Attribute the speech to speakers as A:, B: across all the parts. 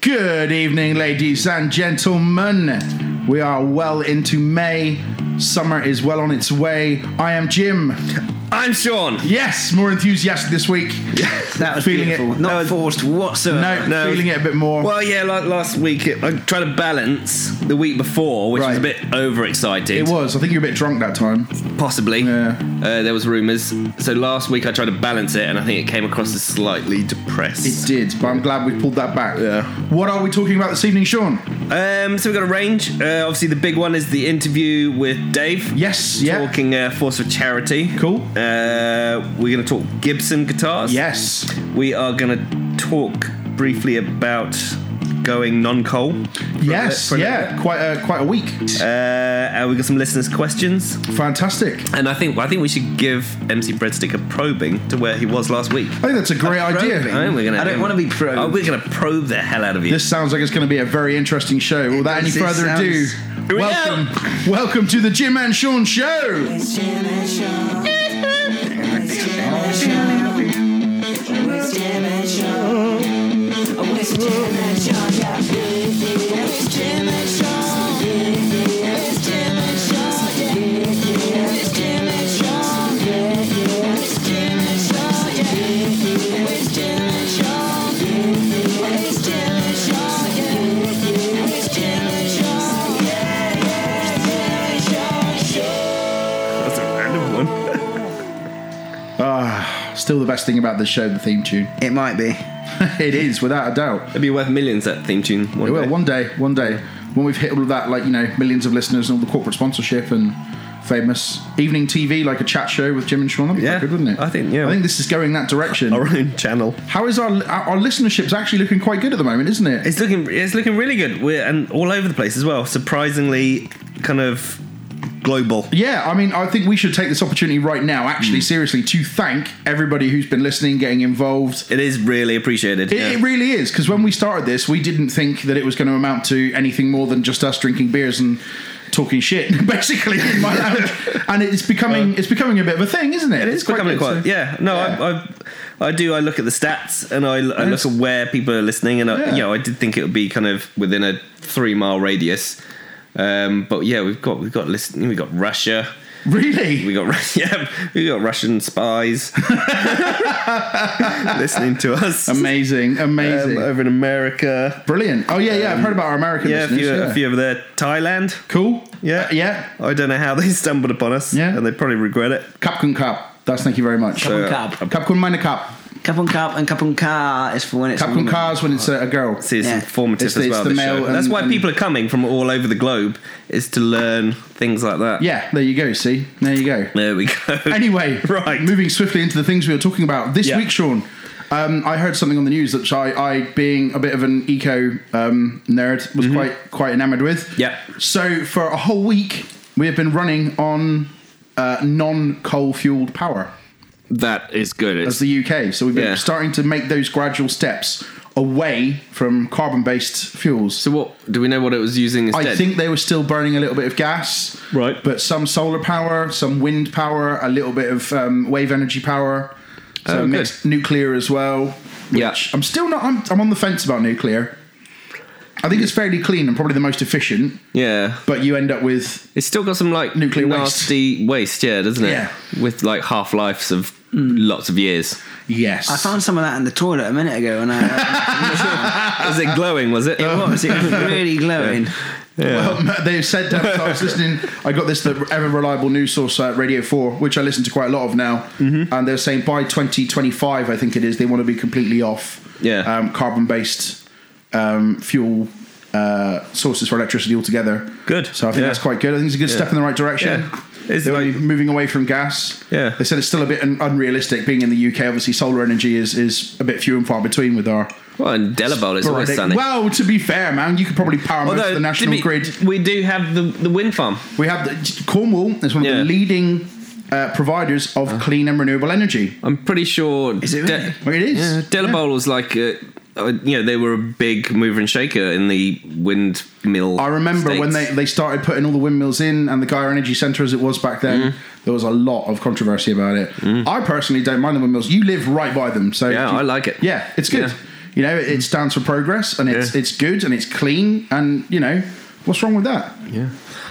A: Good evening, ladies and gentlemen. We are well into May. Summer is well on its way. I am Jim.
B: I'm Sean.
A: Yes, more enthusiastic this week.
C: That was
A: Feeling it.
C: beautiful. Not forced whatsoever.
A: No,
B: No.
A: feeling it a bit more.
B: Well, yeah, like last week, it, I tried to balance the week before, which was a
A: Right.
B: bit overexcited.
A: it was. I think you were a bit drunk that time.
B: possibly.
A: Yeah.
B: Uh, there was rumours. So last week, I tried to balance it, and I think it came across as slightly
A: It
B: depressed.
A: did, but I'm glad we pulled that back.
B: Yeah.
A: What are we talking about this evening, Sean?
B: Um, so we got a range. Uh, obviously, the big one is the interview with Dave.
A: Yes, yeah.
B: Talking uh, Force of Charity.
A: Cool.
B: Uh, we're going to talk Gibson guitars.
A: Yes.
B: We are going to talk briefly about going non-coal.
A: Yes,
B: for a little
A: yeah. Quite a quite a week.
B: Uh, and we got some listeners' questions.
A: Fantastic.
B: And I think I think we should give MC Breadstick a probing to where he was last week.
A: I think that's a great idea.
B: Probing. I, think we're gonna,
C: I don't wanna be probed.
B: Oh, we're going to probe the hell out of you.
A: This sounds like it's going to be a very interesting show. Without any
C: does, it
A: further ado,
C: sounds-
B: Here we
A: welcome, welcome to the Jim and Sean Show.
D: It's Jim and Sean. It's Jim and Sean. It's Jim and Sean. Oh, it's Jim and Sean. Yeah. It's Jim and Sean. It's Jim and Sean. Yeah. It's Jim and Sean. It's Jim and Sean. Yeah. It's Jim and Sean. It's Jim and Sean. Yeah. It's Jim and Sean. Yeah, yeah. It's Jim and Sean. Sean.
B: That's a random one.
A: Ah, Still the best thing about this show, the theme tune.
C: It might be.
A: it is, without a doubt.
B: It'd be worth millions that theme tune. One
A: It will
B: day.
A: one day, one day, when we've hit all of that, like you know, millions of listeners and all the corporate sponsorship and famous evening TV, like a chat show with Jim and Sean. That'd be
B: Yeah,
A: quite good, wouldn't it?
B: I think, yeah.
A: I think this is going that direction.
B: Our own channel.
A: How is our our listenership's actually looking quite good at the moment, isn't it?
B: It's looking it's looking really good. We're and all over the place as well. Surprisingly, kind of global.
A: Yeah, I mean, I think we should take this opportunity right now, actually,
B: Hmm.
A: seriously, to thank everybody who's been listening, getting involved.
B: It is really appreciated.
A: It,
B: yeah.
A: it really is because when we started this, we didn't think that it was going to amount to anything more than just us drinking beers and talking shit, basically, in my lounge. And it's becoming it's becoming a bit of a thing, isn't it?
B: It's becoming quite,
A: good, so-
B: yeah. No, I, I, I do. I look at the stats and I, I look at where people are listening, and I,
A: Yeah.
B: you know, I did think it would be kind of within a three mile radius. Um, but yeah, we've got we've got listening. We got Russia.
A: really.
B: We got Ru- yeah. We got Russian spies listening to us.
A: Amazing, amazing,
B: Um, over in America.
A: brilliant. Oh yeah, yeah. I've heard about our American
B: Yeah, a
A: listeners.
B: few,
A: yeah.
B: a few over there. Thailand.
A: Cool.
B: Yeah.
A: Uh, yeah.
B: I don't know how they stumbled upon us.
A: Yeah.
B: and they probably regret it.
A: Capcom Cup. That's thank you very much.
C: Cup on
B: So,
C: cup.
A: Capcom Minor Cup.
C: Cup on cup and cup on car is for when it's a
A: Capcom
C: woman.
A: Cars when it's a, a girl.
B: See, it's
C: Yeah.
B: informative
A: It's-
B: as
A: it's
B: well.
A: the
B: this
A: mail
B: show. That's
A: and-
B: why
A: and-
B: people are coming from all over the globe is to learn things like that.
A: Yeah, there you go. See, there you go.
B: There we go.
A: Anyway,
B: Right.
A: Moving swiftly into the things we were talking about this
B: Yeah.
A: week, Sean. Um, I heard something on the news that I, I being a bit of an eco um, nerd, was quite quite enamoured with.
B: Mm-hmm. Yeah.
A: So for a whole week, we have been running on uh, non coal fueled power
E: That is good.
A: as
E: It's,
A: the UK. So we've been
B: Yeah.
A: starting to make those gradual steps away from carbon based fuels.
E: so what do we know what it was using instead?
A: I think they were still burning a little bit of gas,
B: Right.
A: But some solar power, some wind power, a little bit of um, wave energy power, so
E: Oh,
A: mixed nuclear as well. Which
E: Yeah.
A: I'm still not. I'm, I'm on the fence about nuclear. I think it's fairly clean and probably the most efficient,
E: yeah.
A: but you end up with
E: It's still got some like
A: Nuclear waste.
E: nasty waste. yeah, doesn't it?
A: Yeah. Hmm.
E: With like half lives of lots of years.
A: yes.
C: I found some of that in the toilet a minute ago and I
E: Was it glowing? Was it?
A: Uh,
C: it was, it was really glowing.
A: Well, they said that so I was listening. I got this the ever reliable news source at Radio Four, which I listen to quite a lot of now.
E: Mm-hmm.
A: And they're saying by 2025, I think it is, they want to be completely off
E: Yeah.
A: um, carbon based um, fuel uh, sources for electricity altogether.
B: Good.
A: So I think
B: Yeah.
A: that's quite good. I think it's a good step in the right direction.
B: Yeah. It's
A: They're
B: like-
A: only moving away from gas.
B: Yeah.
A: They said it's still a bit un- unrealistic being in the UK. Obviously, solar energy is, is a bit few and far between with our.
E: Well, in Delabole it's always sunny.
A: Well, to be fair, man, you could probably power most of the national
E: to be-
A: grid.
E: we do have the, the wind farm.
A: We have the, Cornwall is one of
E: Yeah. Uh-huh.
A: the leading uh, providers of clean and renewable energy.
E: I'm pretty sure.
C: Is it really?
A: Well, it is.
E: Yeah, Delabole was like, uh, uh, you know, they were a big mover and shaker in the windmill.
A: I remember when they,
E: states.
A: they started putting all the windmills in and the Gaia Energy Centre as it was back then,
E: Mm-hmm.
A: there was a lot of controversy about it. I personally don't mind the windmills. You live right by them, so
E: Yeah,
A: do you-
E: I like it.
A: Yeah, it's good.
E: Yeah.
A: You know, it, it stands for progress, and it's
E: Yeah.
A: it's good, and it's clean, and you know, what's wrong with that?
E: Yeah.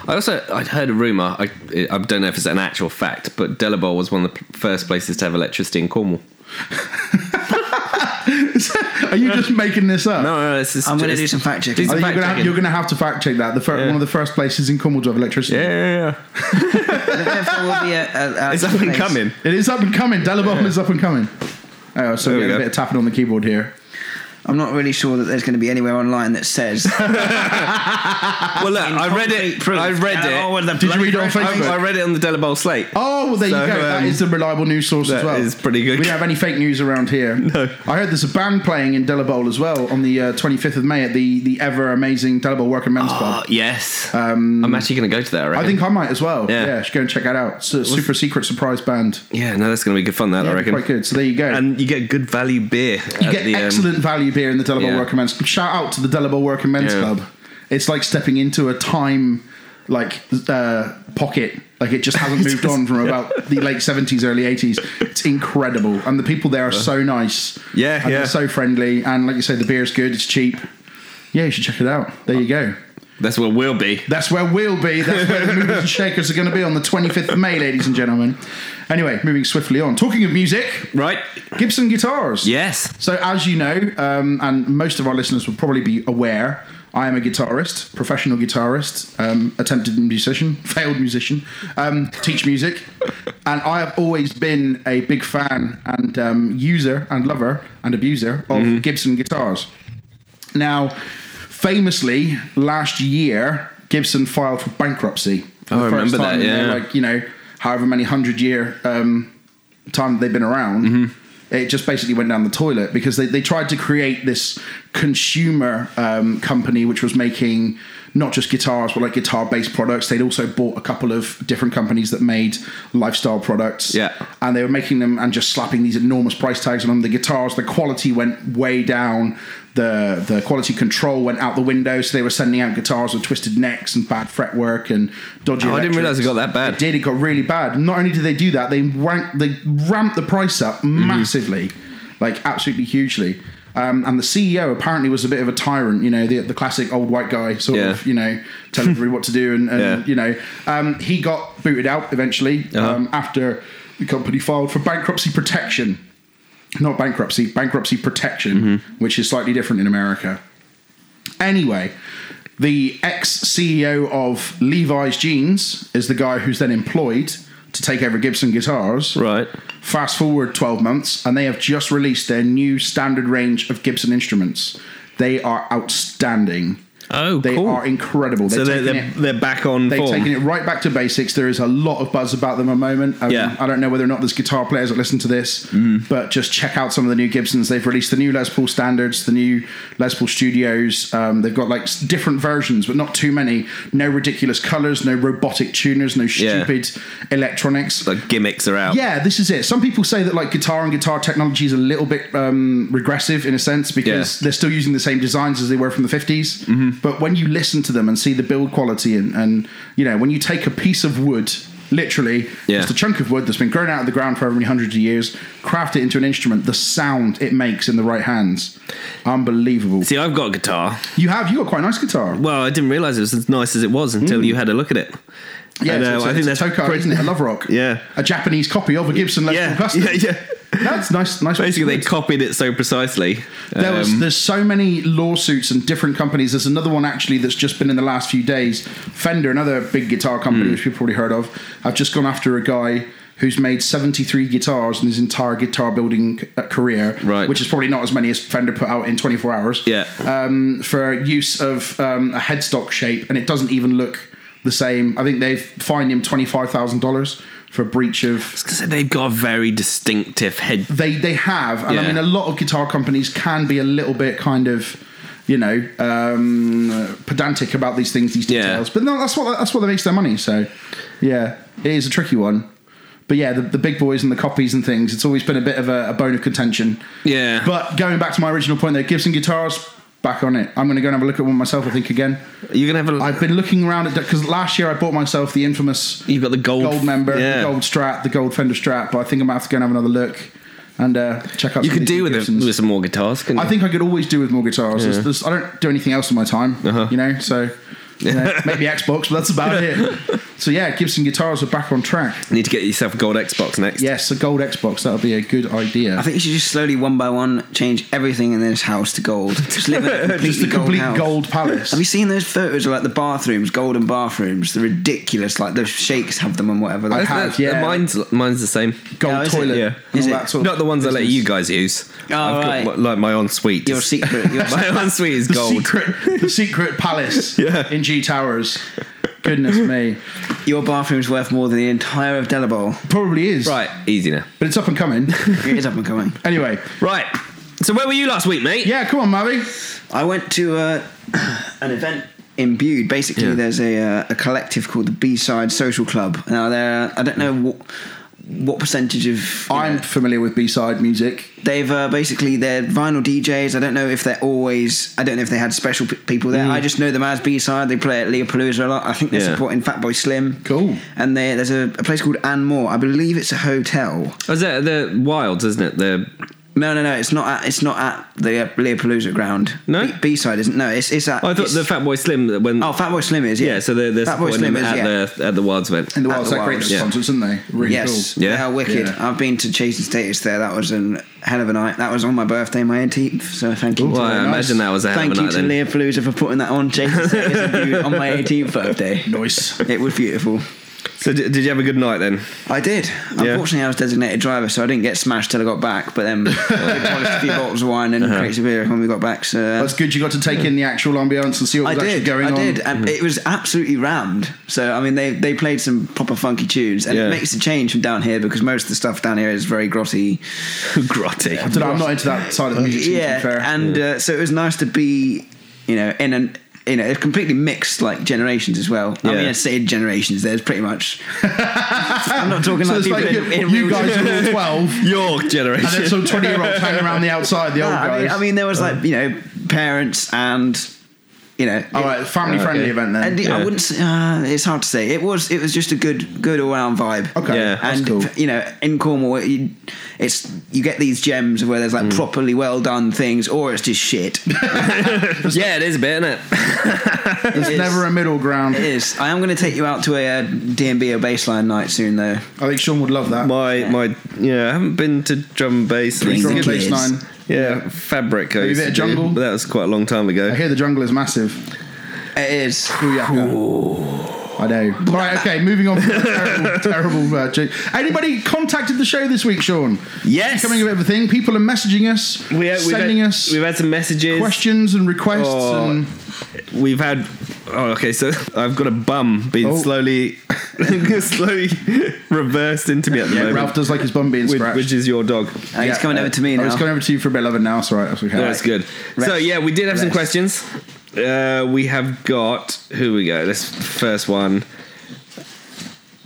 E: I also I'd heard a rumor. I I don't know if it's an actual fact, but Delabole was one of the p- first places to have electricity in Cornwall.
A: Are you just making this up?
E: No, no, this is.
C: I'm gonna
E: it's-
C: do some fact checking.
E: it's
A: Are you gonna have,
E: fact-checking.
A: you're going to have to fact check that. The fir-
E: Yeah.
A: one of the first places in Cornwall to have electricity.
E: Yeah, yeah,
C: Therefore, will be a, a, a
E: yeah. It's up and
C: place.
E: coming.
A: It is up and coming. Delabole is up and coming. Oh, so
E: There
A: we
E: we
A: got a
E: go.
A: bit of tapping on the keyboard here.
C: I'm not really sure that there's going to be anywhere online that says.
E: Well, look, I read it. I read
C: Oh,
E: it.
C: well, the
A: Did you
C: bloody
A: read it on
C: press-
A: Facebook?
E: I, I read it on the Delabole slate.
A: Oh, well, there
E: So,
A: you go. that
E: um,
A: is a reliable news source as
E: that
A: well.
E: is pretty good.
A: We don't have any fake news around here. No. I heard there's a band playing in Delabole as well on the uh, 25th of May at the, the ever amazing Delabole Working Men's
E: Oh,
A: Club.
E: yes. I'm actually going to go to that. I,
A: Um, I
E: reckon.
A: think I might as well.
E: Yeah.
A: should go and check that out. It's a super secret surprise band.
E: Yeah, no, that's going to be good fun. That I
A: Yeah,
E: reckon.
A: Quite good. So there you go.
E: And you get good value beer. um,
A: you get excellent value beer in the Delabole
E: yeah.
A: Working Men's Club. Shout out to the Delabole Working Men's
E: Yeah.
A: Club. It's like stepping into a time like uh, pocket. Like it just hasn't moved on from about the late seventies, early eighties. It's incredible, and the people there are so nice.
E: Yeah, yeah.
A: and They're so friendly, and like you say, the beer's good. It's cheap. Yeah, you should check it out. There you go.
E: That's where we'll be.
A: That's where we'll be. That's where the movers and shakers are going to be on the 25th of May, ladies and gentlemen. Anyway, moving swiftly on. Talking of music,
E: Right?
A: Gibson guitars.
E: Yes.
A: So, as you know, um, and most of our listeners would probably be aware, I am a guitarist, professional guitarist, um, attempted musician, failed musician, um, teach music, and I have always been a big fan and um, user and lover and abuser of
E: Mm-hmm.
A: Gibson guitars. Now, famously, last year Gibson filed for bankruptcy. For
E: Oh,
A: the
E: I
A: first
E: remember that,
A: time in their,
E: yeah.
A: like you know, however many hundred year um, time that they've been around, it just basically went down the toilet because they, they tried to create this consumer um, company which was making not just guitars but like guitar based products. They'd also bought a couple of different companies that made lifestyle products.
E: Yeah.
A: And they were making them and just slapping these enormous price tags on them. The guitars, the quality went way down. The the quality control went out the window. So they were sending out guitars with twisted necks and bad fretwork and dodgy.
E: Oh, I didn't
A: electrics.
E: realise it got that bad.
A: It did. It got really bad. Not only did they do that, they rank, they ramped the price up
E: Mm-hmm.
A: massively, like absolutely hugely. Um, and the CEO apparently was a bit of a tyrant, you know, the, the classic old white guy sort
E: Yeah.
A: of, you know, telling everybody what to do, and, and
E: Yeah. Uh-huh.
A: you know, um, he got booted out eventually um, after the company filed for bankruptcy protection, not bankruptcy, bankruptcy protection,
E: Mm-hmm.
A: which is slightly different in America. Anyway, the ex CEO of Levi's Jeans is the guy who's then employed to take over Gibson Guitars.
E: Right.
A: Fast forward 12 months, and they have just released their new standard range of Gibson instruments. They are outstanding.
E: Oh,
A: They
E: cool.
A: are incredible.
E: so they're,
A: taking
E: they're,
A: it-
E: they're back on
A: They've
E: form.
A: taken it right back to basics. There is a lot of buzz about them at the moment. Um,
E: Yeah. Mm-hmm.
A: I don't know whether or not there's guitar players that listen to this, but just check out some of the new Gibsons. They've released the new Les Paul standards, the new Les Paul Studios. Um, they've got like s- different versions, but not too many. No ridiculous colors, no robotic tuners, no
E: Yeah.
A: stupid electronics.
E: the gimmicks are out.
A: Yeah, this is it. Some people say that like guitar and guitar technology is a little bit um, regressive in a sense because
E: Yeah. Mm-hmm.
A: they're still using the same designs as they were from the 50s. But when you listen to them and see the build quality and, and you know, when you take a piece of wood, literally
E: Yeah.
A: just a chunk of wood that's been grown out of the ground for over many hundreds of years, craft it into an instrument, the sound it makes in the right hands, unbelievable.
E: See, I've got a guitar.
A: You have you got quite a nice guitar.
E: Well, I didn't realise it was as nice as it was until
B: Mm.
E: you had a look at it.
A: Yeah,
E: And,
A: it's,
E: uh,
A: it's, I think that's a Tokai,
E: pretty-
A: isn't it? A Love Rock.
E: Yeah.
A: a Japanese copy of a Gibson Les Paul
E: Yeah,
A: Custom.
E: yeah, yeah.
A: That's nice. Nice.
E: Basically, they
A: wood.
E: copied it so precisely.
A: There was,
E: Um,
A: there's so many lawsuits and different companies. There's another one actually that's just been in the last few days. Fender, another big guitar
E: Hmm.
A: company which you've probably heard of, have just gone after a guy who's made 73 guitars in his entire guitar building uh, career,
E: Right.
A: which is probably not as many as Fender put out in 24 hours.
E: Yeah.
B: Uh,
A: um, for use of um, a headstock shape, and it doesn't even look the same. I think they've fined him twenty five thousand dollars for breach of
E: 'cause they've got a very distinctive head.
A: they they have, and I
E: Yeah.
A: mean, a lot of guitar companies can be a little bit kind of, you know, um, pedantic about these things, these
E: Yeah.
A: details. But no, that's what that's what makes their money. So, yeah, it is a tricky one. But yeah, the, the big boys and the copies and things, it's always been a bit of a, a bone of contention.
E: Yeah.
A: But going back to my original point, there, Gibson guitars back on it. I'm going to go and have a look at one myself. I think again.
E: You're gonna have a.
A: I've been looking around at because last year I bought myself the infamous
E: you've got the gold,
A: gold member,
E: Yeah.
A: the gold strat, the gold Fender strat. But I think I'm gonna have to go and have another look and uh, check out.
B: You
A: some
B: could
A: Nicky
B: do with, a,
A: Gibson's.
B: with some more guitars, couldn't
A: I
B: you?
A: think I could always do with more guitars. There's- there's- I don't do anything else in my time, you know. So you know, maybe Xbox, but that's about it. So yeah, Gibson guitars are back on track.
B: Need to get yourself a gold Xbox next.
A: Yes, a gold Xbox. That would be a good idea.
C: I think you should just slowly, one by one, change everything in this house to gold. Just live in a completely
A: Just a
C: gold
A: complete
C: house.
A: gold, palace.
C: Have you seen those photos of like the bathrooms, golden bathrooms? They're ridiculous. Like the shakes have them and whatever. They
A: I
C: have.
A: think- yeah.
B: Mine's, mine's the same.
A: gold
C: Oh, is it?
A: toilet.
B: Yeah.
A: and
C: Is
A: all
C: it?
A: that sort of
B: Not the ones I let
A: business.
B: you guys use.
C: Oh, right.
B: got, like my ensuite.
C: Your secret. Your
B: my ensuite is
A: The
B: gold.
A: secret, the secret palace
B: Yeah.
A: in G Towers. Goodness me,
C: Your bathroom's worth more than the entire of Delabole.
A: probably is.
B: Right, easy now.
A: but it's up and coming.
C: It is up and coming.
A: anyway,
B: Right. So where were you last week, mate?
A: yeah, come on, Mavi.
C: I went to uh, an event in Bude. Basically,
B: Yeah.
C: there's a, uh, a collective called the B Side Social Club. Now, they're, I don't know what, what percentage of. you
A: I'm
C: know,
A: familiar with B-side music.
C: They've uh, basically they're vinyl DJs. I don't know if they're always. I don't know if they had special p- people there. I just know them as B side. They play at Leopalooza a lot. I think they're
B: Mm. Yeah.
C: supporting Fatboy Slim.
A: Cool.
C: And they, there's a, a place called Anmore. I believe it's a hotel.
B: I was at the Wilds, isn't it? The
C: No, no, no. It's not. At, it's not at the uh, Leopalooza ground.
B: No?
C: B side isn't. No, it's it's at.
B: oh, I thought
C: it's-
B: the Fat Boy Slim that when
C: Oh, Fatboy Slim is. Yeah.
B: yeah, so they're, they're
C: Fatboy
B: supporting
C: Slim
B: them
C: is
B: at
C: yeah.
B: the at the Wilds event.
A: In the
C: At
A: Wilds,
C: the
A: that great
C: Wilds,
A: those
B: yeah.
A: concerts, isn't they? Really
C: yes,
A: cool.
B: Yeah.
C: they are wicked.
A: Yeah.
C: I've been to Chase and Status there. That was an hell of a night. That was on my birthday, my 18th. So thank you.
B: Well, I
A: nice.
B: imagine that was a hell
C: Thank
B: of a
C: you
B: night
C: to
B: then.
C: Leopalooza for putting that on, Jason. on my 18th birthday.
A: Nice.
C: It was beautiful.
B: So did, did you have a good night then?
C: I did. Unfortunately, I was designated driver, so I didn't get smashed till I got back. But then we polished a few bottles of wine and
B: Uh-huh.
C: crates of beer when we got back. So uh,
A: That's good. You got to take in the actual ambience and see what
C: I
A: was actually
C: did.
A: going
C: I
A: on. Mm-hmm.
C: did. And it was absolutely rammed. So I mean, they they played some proper funky tunes, and
B: Yeah.
C: it makes a change from down here because most of the stuff down here is very grotty.
B: Grotty.
A: I don't know, I'm not into that side of the music. scene, to be fair.
C: and Uh, so it was nice to be, you know, in an you know, it's completely mixed like generations as well. I
B: Yeah.
C: mean, I say generations. There's pretty much. I'm not talking
A: so
C: like
A: it's
C: people
A: like
C: in, in
A: you
C: real-
A: guys are all twelve, and
B: Your generation.
A: then some twenty-year-olds hanging around the outside, the
C: No,
A: old
C: I, mean,
A: guys.
C: I mean, there was like you know, parents and you know.
A: all right, family-friendly
B: Okay.
A: event
C: And
A: then.
C: I
B: Yeah.
C: wouldn't. Say, uh, it's hard to say. It was. It was just a good, good all-round vibe.
A: Okay,
B: Yeah.
A: that's
C: and
A: cool.
C: you know in Cornwall it- you, it's you get these gems where there's
B: Mm.
C: like properly well done things or it's just shit
B: yeah, it is a bit, isn't it?
A: There's
C: It's-
A: never a middle ground.
C: It is. I am going to take you out to a uh, DMB or baseline night soon, though.
A: I think Sean would love that.
B: My my yeah, I haven't been to drum and bass.
C: Drum
A: Drum
C: Good
A: bass
C: kids.
A: nine.
B: Yeah, fabric. I
A: Maybe a
B: used
A: bit
B: to
A: of
B: do,
A: jungle.
B: but that was quite a long time ago.
A: I hear the jungle is massive.
C: It is.
A: Ooh, yakka. I know. All right, okay, moving on. From that terrible, terrible. Uh, joke. Anybody contacted the show this week, Sean?
B: Yes.
A: Becoming a bit of a thing. People are messaging us,
B: We had, we've,
A: sending
B: had,
A: us
B: we've had some messages.
A: questions and requests.
B: Oh,
A: and
B: We've had. Oh, okay. So I've got a bum being
A: Oh.
B: slowly, slowly reversed into me at the
A: Yeah,
B: moment,
A: Ralph does like his bum being
B: which,
A: scratched.
B: which is your dog.
C: Uh, he's
A: Yeah,
C: coming
A: uh,
C: over to me
A: Oh,
C: now.
A: it's coming over to you for a bit of loving now. That's all right. That's okay.
B: That's good. So
C: Rest.
B: yeah, we did have some
C: Rest.
B: questions. Uh, we have got. Here we go. This first one.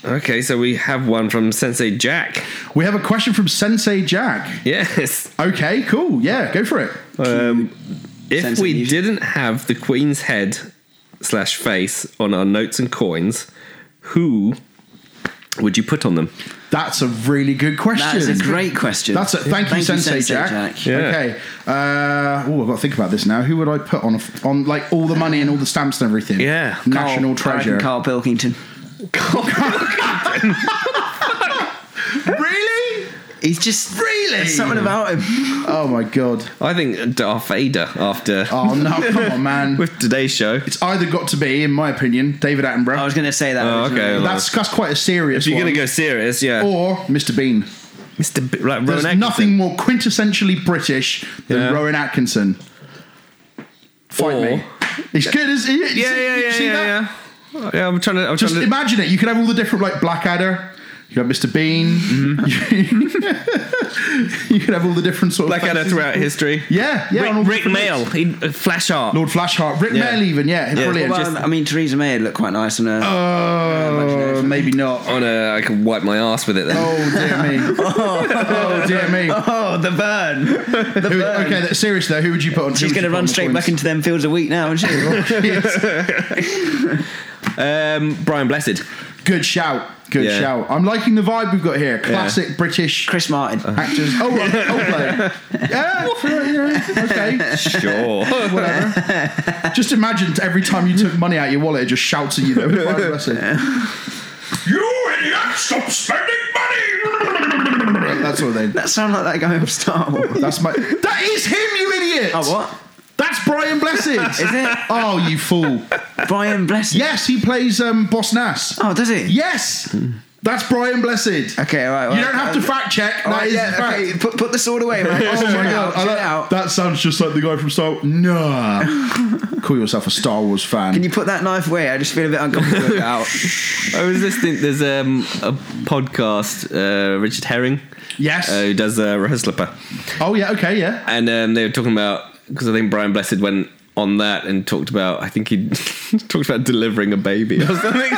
B: Okay, so we have one from Sensei Jack.
A: We have a question from Sensei Jack.
B: Yes.
A: Okay, cool. Yeah, go for it.
B: Um, if
C: Sensei
B: we
C: Yuji.
B: didn't have the Queen's head slash face on our notes and coins, who would you put on them?
A: That's a really good question.
C: That is a great question.
A: That's it. Thank, you, Sensei, Jack.
B: Yeah.
A: Okay. Uh, oh, I've got to think about this now. Who would I put on a- on like all the money and all the stamps and everything?
B: Yeah.
A: National
C: Carl, I reckon
A: treasure.
C: Carl Pilkington.
A: Really?
C: He's just
A: Really?
C: There's something about him.
A: Oh my god.
B: I think Darth Vader after
A: Oh no! Come on, man.
B: with today's show.
A: It's either got to be, in my opinion, David Attenborough.
C: I was going to say that.
B: Oh,
C: originally.
B: okay.
A: that's that's quite a serious.
B: If you're
A: one.
B: gonna go serious, yeah,
A: or Mr. Bean.
B: Mr. B- like
A: There's
B: Rowan Atkinson.
A: nothing more quintessentially British than
B: Yeah.
A: Rowan Atkinson. Fight
B: Or-
A: me. It's good, is it?
B: Yeah, yeah, yeah,
A: See
B: yeah,
A: that?
B: yeah. Yeah, I'm trying to. I'm
A: Just
B: trying to
A: imagine it. You could have all the different, like Blackadder. You could have Mr. Bean. you could have all the different sort of
B: Blackadder
A: faces.
B: throughout history.
A: Yeah, yeah. on all
B: Rick,
A: different
B: Rick Mail,
A: looks.
B: he uh, flash art.
A: Lord Flashheart, Rick
B: Yeah.
A: Mail, even yeah,
B: Yeah.
A: brilliant.
C: Well, I mean, Theresa May looked quite nice on her.
A: oh,
C: imagination.
A: maybe not.
B: On a, I can wipe my ass with it then.
A: Oh dear me. oh dear me.
C: Oh, the burn. The
A: Who,
C: burn.
A: okay, that's serious though. Who would you put on? who
C: She's
A: would
C: going
A: you
C: to
A: put on
C: run
A: the
C: straight
A: coins?
C: back into them fields of wheat now, isn't she?
A: Oh.
B: Um, Brian Blessed.
A: Good shout. Good
B: Yeah.
A: shout. I'm liking the vibe we've got here. Classic British
C: Chris Martin.
A: actors. Oh, right, Coldplay. yeah, for- yeah, okay.
B: Sure.
A: Whatever. Just imagine every time you took money out your wallet, it just shouts at you. Though. you idiot! Stop spending money. that sort of thing.
C: That sound like that guy from Star Wars.
A: That's my. That is him, you idiot.
C: oh what?
A: That's Brian Blessed. is
C: it?
A: Oh, you fool.
C: Brian Blessed.
A: Yes, he plays um, Boss Nass.
C: Oh, does he?
A: Yes, that's Brian Blessed.
C: Okay, all right. all
A: You
C: right.
A: don't have to fact check.
C: All
A: That
C: right,
A: is a
C: yeah,
A: fact.
C: okay. Put, put the sword away, man.
A: Oh my god, I
C: Chill
A: like-
C: out.
A: that sounds just like the guy from Star. No, call yourself a Star Wars fan.
C: Can you put that knife away? I just feel a bit uncomfortable. out.
E: I was listening. There's um, a podcast, uh, Richard Herring,
A: yes.
E: uh, who does uh, Rehearslipper.
A: oh yeah. Okay. Yeah.
E: and um, they were talking about because I think Brian Blessed went on that and talked about I think he talked about delivering a baby or something.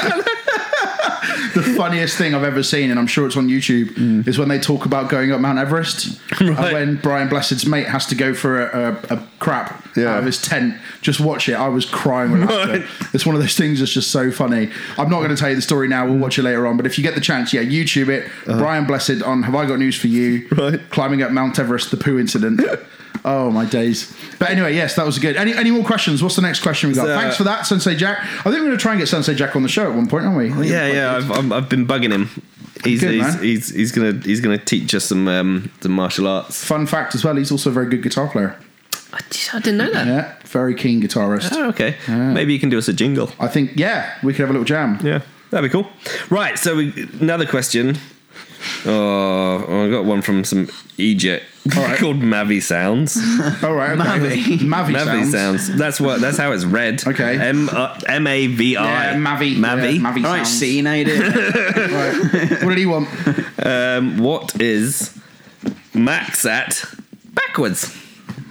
A: The funniest thing I've ever seen, and I'm sure it's on YouTube,
B: Mm.
A: is when they talk about going up Mount Everest, and when Brian Blessed's mate has to go for a, a, a crap out of his tent. Just watch it. I was crying with laughter. It's one of those things that's just so funny. I'm not going to tell you the story now. We'll watch it later on. But if you get the chance, yeah, YouTube it. Brian Blessed on Have I Got News for You?
B: Uh-huh. Right.
A: Climbing up Mount Everest, the poo incident. Oh my days! But anyway, yes, that was good. Any any more questions? What's the next question we got?
B: So-
A: Thanks for that, Sensei Jack. I think we're going to try and get Sensei Jack on the show at one point, aren't we?
B: Oh, yeah, yeah. I've, I'm, I've been bugging him. He's,
A: Good,
B: he's,
A: man.
B: he's he's gonna he's gonna teach us some um, some martial arts.
A: Fun fact as well, he's also a very good guitar player.
E: I, just- I didn't know that.
A: Yeah, very keen guitarist.
B: Oh, okay. Maybe you can do us a jingle.
A: I think, yeah, we could have a little jam.
B: Yeah, that'd be cool. Right, so we, another question. Oh, I got one from some Egypt
A: Alright.
B: called Mavi Sounds.
A: All Oh, right, okay. Mavi. Mavi, sounds.
B: Mavi sounds. That's what. That's how it's read.
A: Okay.
B: M uh, M A V I.
A: Yeah, Mavi.
B: Mavi.
A: Yeah, Mavi
C: All right,
A: sounds.
C: see, you know you do.
A: Right. What did he want?
B: Um, what is Max at backwards?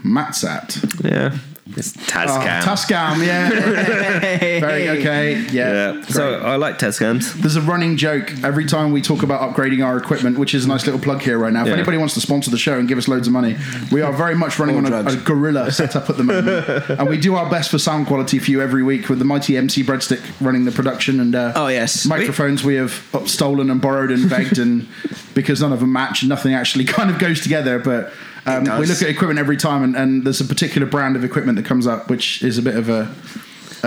A: Matsat.
B: Yeah, it's
A: Oh,
B: Tascam.
A: Tascam, yeah. very okay. Yeah.
B: yeah. Uh, So I like Tascams.
A: There's a running joke every time we talk about upgrading our equipment, which is a nice little plug here right now. If
B: Yeah.
A: anybody wants to sponsor the show and give us loads of money, we are very much running on a,
C: drugs.
A: a gorilla setup at the moment, and we do our best for sound quality for you every week with the mighty MC Breadstick running the production and uh,
C: Oh, yes.
A: microphones we have up- stolen and borrowed and begged, and because none of them match, nothing actually kind of goes together, but. Um,
C: does.
A: we look at equipment every time, and, and there's a particular brand of equipment that comes up, which is a bit of a, a,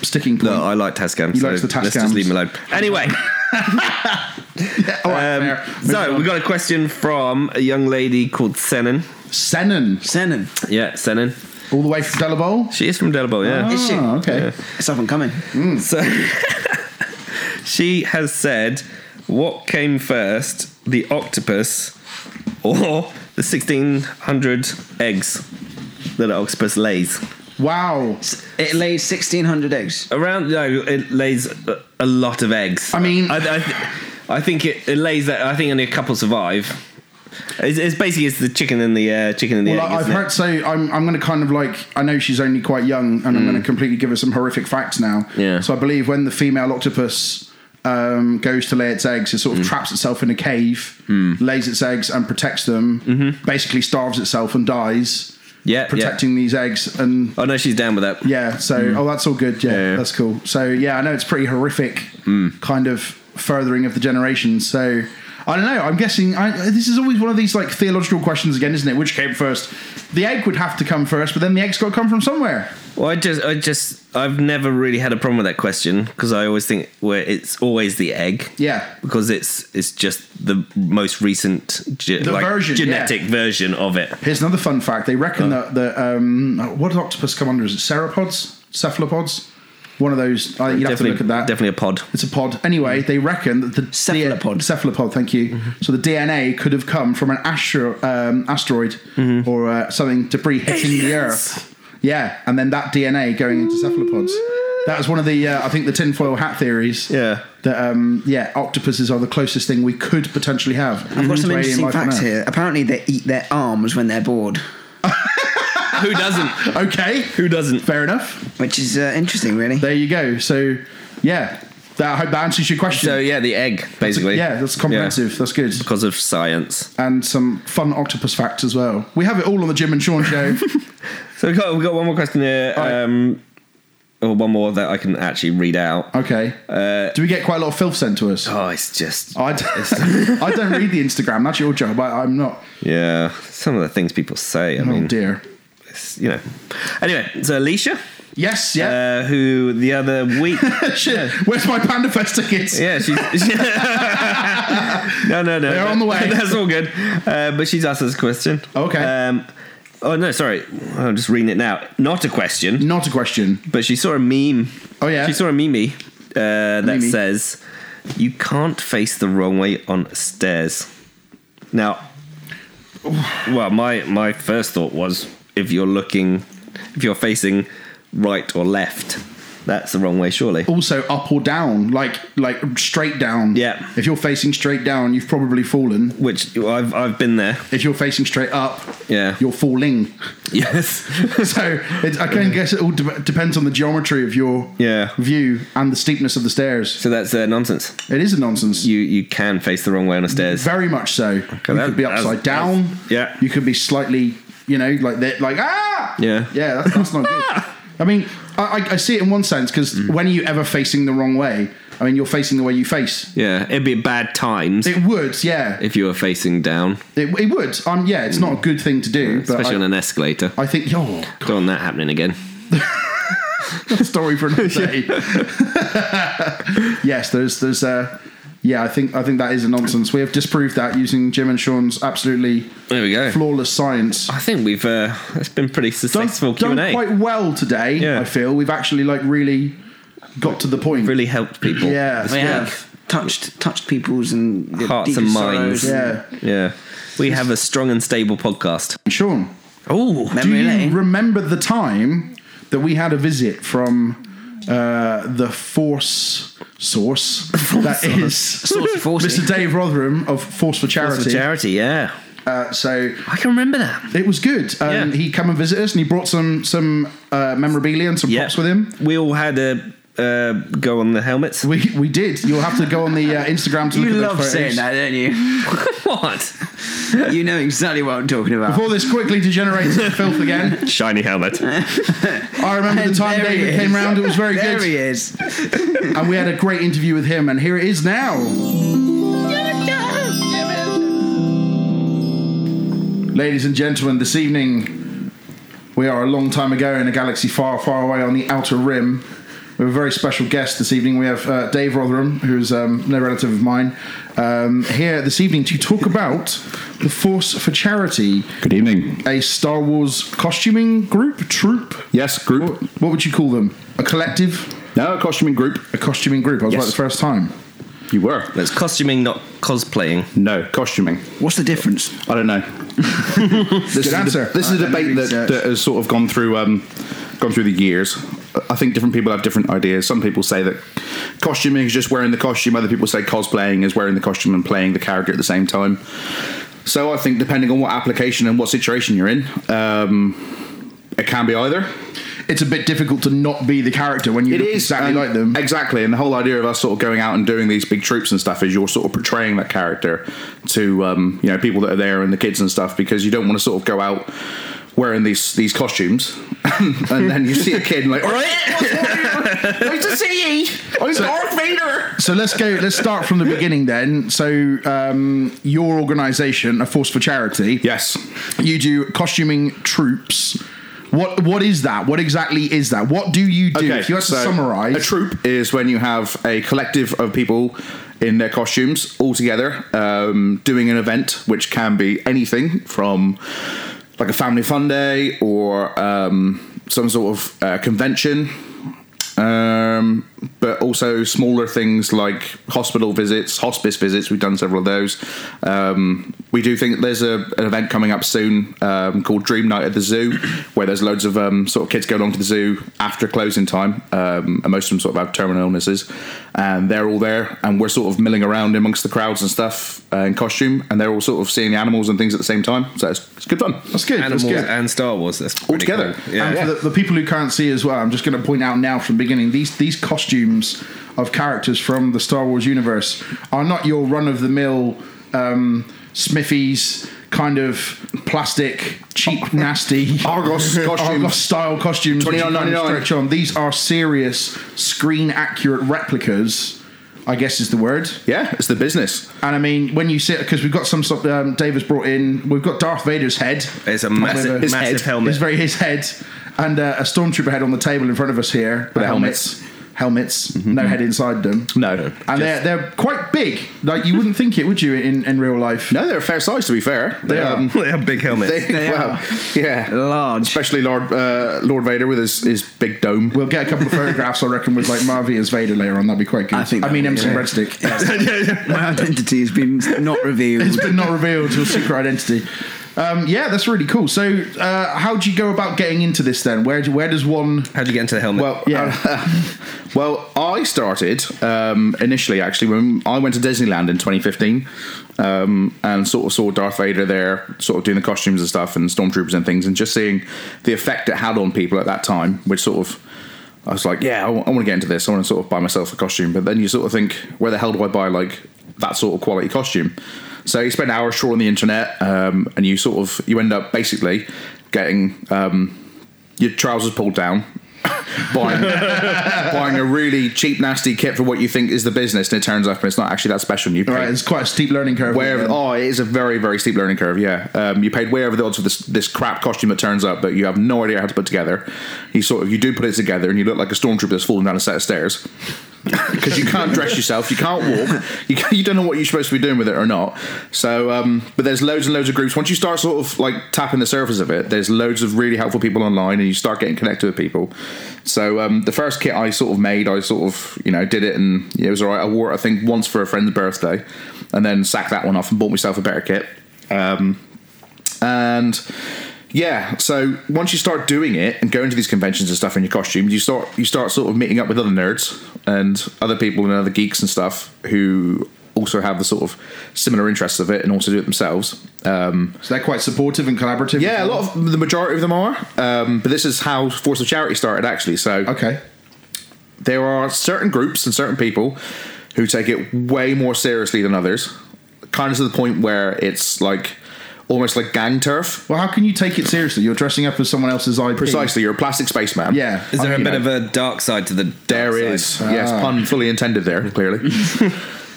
A: a sticking point.
B: No, Uh, I like Tascam.
A: He
B: so
A: likes the
B: Let's
A: Tascams.
B: just leave him alone. Anyway,
A: All right,
B: um,
A: Oh, fair. Moving
B: so
A: on.
B: we got a question from a young lady called Senon.
A: Senon,
C: Senon.
B: Yeah, Senon.
A: all the way from Delabole.
B: She is from Delabole, yeah.
C: Is she?
A: Ah, okay.
C: It's up and coming.
B: So she has said, "What came first, the octopus or the sixteen hundred eggs that an octopus lays?"
A: Wow.
C: It lays 1,600 eggs.
B: Around no, it lays a, a lot of eggs.
A: I mean-
B: I, I, th- I think it, it lays that. I think only a couple survive. It's, it's basically it's the chicken and the uh, chicken and the
A: Well,
B: egg.
A: I- I've
B: isn't it?
A: heard so. I'm, I'm going to kind of like. I know she's only quite young, and I'm going to completely give her some horrific facts now.
B: Mm. Yeah.
A: So I believe when the female octopus um, goes to lay its eggs, it
B: Mm.
A: sort of traps itself in a cave,
B: Hmm.
A: lays its eggs, and protects them. Basically, starves itself and dies.
B: Mm-hmm. Yeah, yeah.
A: Protecting these eggs and
B: Oh no, she's down with that.
A: Yeah, so oh, that's all good. Yeah,
B: Yeah, yeah.
A: that's cool. So yeah, I know it's pretty horrific kind of furthering of the generation. So I don't know. I'm guessing I, this is always one of these like theological questions again, isn't it? Which came first? The egg would have to come first, but then the egg's got to come from somewhere.
B: Well, I just, I just, I've never really had a problem with that question because I always think where it's always the egg.
A: Yeah.
B: Because it's it's just the most recent ge-
A: The
B: like,
A: version,
B: genetic
A: yeah.
B: version of it.
A: Here's another fun fact. They reckon that the um, what did octopus come under? Is it cephalopods? Cephalopods? One of those. I think you'd have to
B: definitely,
A: look at that.
B: definitely a pod.
A: It's a pod. Anyway, they reckon that the
C: Cephalopod.
A: cephalopod. Thank you. So the DNA could have come from an astro, um, asteroid
C: Mm-hmm.
A: or uh, something debris hitting the Earth. Yeah, and then that DNA going into cephalopods. That was one of the uh, I think the tinfoil hat theories.
B: Yeah.
A: That um, yeah, octopuses are the closest thing we could potentially have.
C: I've got some
A: to alien
C: interesting
A: life on
C: facts
A: Earth.
C: here. Apparently, they eat their arms when they're bored,
B: Who doesn't?
A: Okay,
B: Who doesn't?
A: fair enough.
C: which is uh, interesting, really.
A: There you go. So yeah, that I hope that answers your question.
B: So yeah, the egg basically.
A: yeah, that's comprehensive. That's good.
B: Because of science.
A: and some fun octopus facts as well. We have it all on the Jim and Sean show.
B: So we've got, we've got one more question here.
A: All right.
B: Um, or one more that I can actually read out. Uh,
A: Okay. Do we get quite a lot of filth sent to us?
B: Oh, it's just
A: I d- I don't read the Instagram. That's your job. I, I'm not.
B: yeah. Some of the things people say. I
A: Oh
B: mean,
A: dear.
B: it's, you know. Anyway, so Alicia,
A: Yes. Yeah.
B: uh, who the other week
A: Shit. Where's my Panda Fest tickets?
B: Uh, Yeah, she's. no, no, no.
A: They're on the way.
B: That's all good. Uh, but she's asked us a question.
A: Okay.
B: Um, oh, no, sorry. I'm just reading it now. Not a question,
A: Not a question.
B: but she saw a meme.
A: Oh, yeah.
B: She saw a meme uh, that
A: Meme.
B: says, You can't face the wrong way on stairs. Now, well, my, my first thought was if you're looking, if you're facing right or left, that's the wrong way, surely.
A: Also, up or down, like like straight down.
B: Yeah.
A: If you're facing straight down, you've probably fallen.
B: Which I've, I've been there.
A: If you're facing straight up,
B: Yeah.
A: you're falling.
B: Yes.
A: so it's, I can guess it all de- depends on the geometry of your
B: Yeah.
A: view and the steepness of the stairs.
B: so that's uh, nonsense.
A: It is a nonsense.
B: You you can face the wrong way on the stairs.
A: Very much so. you
B: that-
A: could be
B: that's-
A: upside down.
B: that's- yeah.
A: You could be slightly, you know, like that, like ah.
B: Yeah.
A: Yeah. That's, that's not good. I mean, I, I- I see it in one sense because
B: Mm.
A: when are you ever facing the wrong way? I mean, you're facing the way you face.
E: Yeah, it'd be bad times
A: It would, yeah.
E: if you were facing down,
A: It, it would. Um, yeah, it's not a good thing to do. but
E: especially
A: I,
E: on an escalator.
A: I think, oh,
E: Don't want that happening again.
A: God, story for another day. yes, there's, there's, uh, yeah, I think, I think that is a nonsense. We have disproved that using Jim and Sean's absolutely
B: There we go.
A: flawless science.
B: I think we've uh, it's been pretty successful Q and
A: done
B: A.
A: quite well today.
B: Yeah.
A: I feel we've actually like really got to the point.
B: Really helped people.
A: Yeah.
C: We
A: yeah.
C: have touched touched people's and the
B: Hearts
C: deepest
B: and minds.
C: sorrows and
A: Yeah.
B: Yeah. We have a strong and stable podcast.
A: Sean,
B: Oh,
A: do
C: Memory
A: you
C: lane.
A: remember the time that we had a visit from uh, the Force Source? that is
C: Source of Force.
A: Mr. Dave Rotherham of Force for Charity.
B: for charity. Yeah,
A: Uh, so
B: I can remember that.
A: it was good. Um,
B: Yeah.
A: He came and visited us, and he brought some some uh, memorabilia and some
B: Yeah.
A: props with him.
B: We all had a uh, go on the helmets.
A: We, we did. You'll have to go on the uh, Instagram to
C: You
A: look at those
C: love
A: photos.
C: saying that, don't you?
B: what?
C: you know exactly what I'm talking about.
A: Before this quickly degenerates into filth again.
B: Shiny helmet.
A: I remember the
C: And
A: time
C: there he
A: David
C: is.
A: came round. It was very
C: there
A: good,
C: he is.
A: and we had a great interview with him. And here it is now, ladies and gentlemen. This evening, we are a long time ago in a galaxy far, far away on the outer rim. We have a very special guest this evening. We have uh, Dave Rotherham, who's um, no relative of mine, um, here this evening to talk about the Force for Charity,
F: Good evening.
A: a Star Wars costuming group, troop.
F: Yes, group.
A: What would you call them? A collective,
F: No, costuming group.
A: a costuming group. I was
F: Yes.
A: right the first time.
F: You were.
B: That's costuming, not cosplaying.
F: No, costuming.
C: What's the difference?
F: I don't know. this is a de-
A: answer.
F: this is
A: I
F: a
A: didn't
F: debate
A: research.
F: that, that has sort of gone through um, gone through the years. I think different people have different ideas. Some people say that costuming is just wearing the costume. Other people say cosplaying is wearing the costume and playing the character at the same time. So I think depending on what application and what situation you're in, um, it can be either.
A: it's a bit difficult to not be the character when you
F: It
A: look
F: is um,
A: exactly
F: and-
A: like them.
F: Exactly, and the whole idea of us sort of going out and doing these big troops and stuff is you're sort of portraying that character to um, you know people that are there and the kids and stuff because you don't want to sort of go out wearing these these costumes and then you see a kid and like all right, what's wrong? nice to see you. I'm E? Oh, Darth Vader.
A: So let's go. Let's start from the beginning then. So um, your organisation, a force for charity.
F: Yes,
A: You do costuming troops. What what is that? What exactly is that? What do you do? if you had to
F: so
A: summarise,
F: A troop is when you have a collective of people in their costumes all together um, doing an event, which can be anything from like a family fun day or um, some sort of uh, convention. Um, but also smaller things like hospital visits, hospice visits. We've done several of those. Um, we do think there's a, an event coming up soon um, called Dream Night at the Zoo, where there's loads of um, sort of kids go along to the zoo after closing time, um, and most of them sort of have terminal illnesses, and they're all there, and we're sort of milling around amongst the crowds and stuff uh, in costume, and they're all sort of seeing the animals and things at the same time. So it's, it's good fun.
A: that's good.
B: Animals
A: that's good.
B: and Star Wars. That's pretty
F: together.
B: cool.
A: and
B: Yeah.
A: for the, the people who can't see as well, I'm just going to point out now from the beginning these these costumes of characters from the Star Wars universe are not your run of the mill um, Smithies kind of plastic, cheap, nasty
F: Argos costumes.
A: Argos style costumes. which you kind of
F: $29.99.
A: stretch on. These are serious, screen accurate replicas. I guess is the word.
F: Yeah, it's the business.
A: And I mean, when you sit, because we've got some stuff um, David's brought in, we've got Darth Vader's head.
B: It's a
A: With
B: massive,
A: his
B: massive
F: head.
B: helmet.
A: It's very his head, and uh, a stormtrooper head on the table in front of us here. With
F: helmets.
A: helmets, no head inside them.
F: No. No.
A: and they're they're quite big. Like you wouldn't think it, would you? In in real life,
F: No, they're a fair size to be fair. They
B: they are big helmets.
F: They, wow. Yeah.
C: Large.
F: Especially Lord uh, Lord Vader with his, his big dome.
A: We'll get a couple of photographs, I reckon, with like Marvy as Vader later on. That'd be quite good.
C: I think
A: I
C: that
A: mean,
C: would be
A: Emerson
C: great.
A: Breadstick.
C: My identity has been not
A: It's
C: revealed.
A: been not revealed to a secret identity. Um, yeah, that's really cool. So, uh, how do you go about getting into this then? Where do, where does one?
B: How do you get into the helmet?
F: Well, uh,
A: Yeah.
F: well, I started um, initially actually when I went to Disneyland in 2015, um, and sort of saw Darth Vader there, sort of doing the costumes and stuff, and stormtroopers and things, and just seeing the effect it had on people at that time, which sort of. I was like, yeah, I want to get into this. I want to sort of buy myself a costume. But then you sort of think, where the hell do I buy like that sort of quality costume? So you spend hours trawling the internet, um, and you sort of you end up basically getting um, your trousers pulled down, buying buying a really cheap, nasty kit for what you think is the business, and it turns up and it's not actually that special. And you pay
A: All right, it's quite a steep learning curve.
F: wherever.
A: Yeah.
F: Oh, it is a very, very steep learning curve. Yeah, um, you paid way over the odds for this this crap costume that turns up, but you have no idea how to put together. You sort of you do put it together, and you look like a stormtrooper that's fallen down a set of stairs because you can't dress yourself, you can't walk, you can you don't know what you're supposed to be doing with it or not. So, um, but there's loads and loads of groups. Once you start sort of like tapping the surface of it, there's loads of really helpful people online, and you start getting connected with people. So, um, the first kit I sort of made, I sort of you know did it, and it was all right. I wore it, I think, once for a friend's birthday, and then sacked that one off and bought myself a better kit. Um, and yeah, so once you start doing it and going to these conventions and stuff in your costume, you start you start sort of meeting up with other nerds and other people and other geeks and stuff who also have the sort of similar interests of it and also do it themselves. Um,
A: So they're quite supportive and collaborative.
F: yeah, a lot of the majority of them are, um, but this is how Force of Charity started actually. So
A: Okay.
F: there are certain groups and certain people who take it way more seriously than others, kind of to the point where it's like almost like gang turf.
A: Well, how can you take it seriously? You're dressing up as someone else's IP.
F: Precisely, you're a plastic spaceman.
A: Yeah.
B: is there
A: I-
B: a
A: you
B: bit
A: know,
B: of a dark side to the dark
F: There
B: side?
F: is. Yes, pun fully intended there, clearly.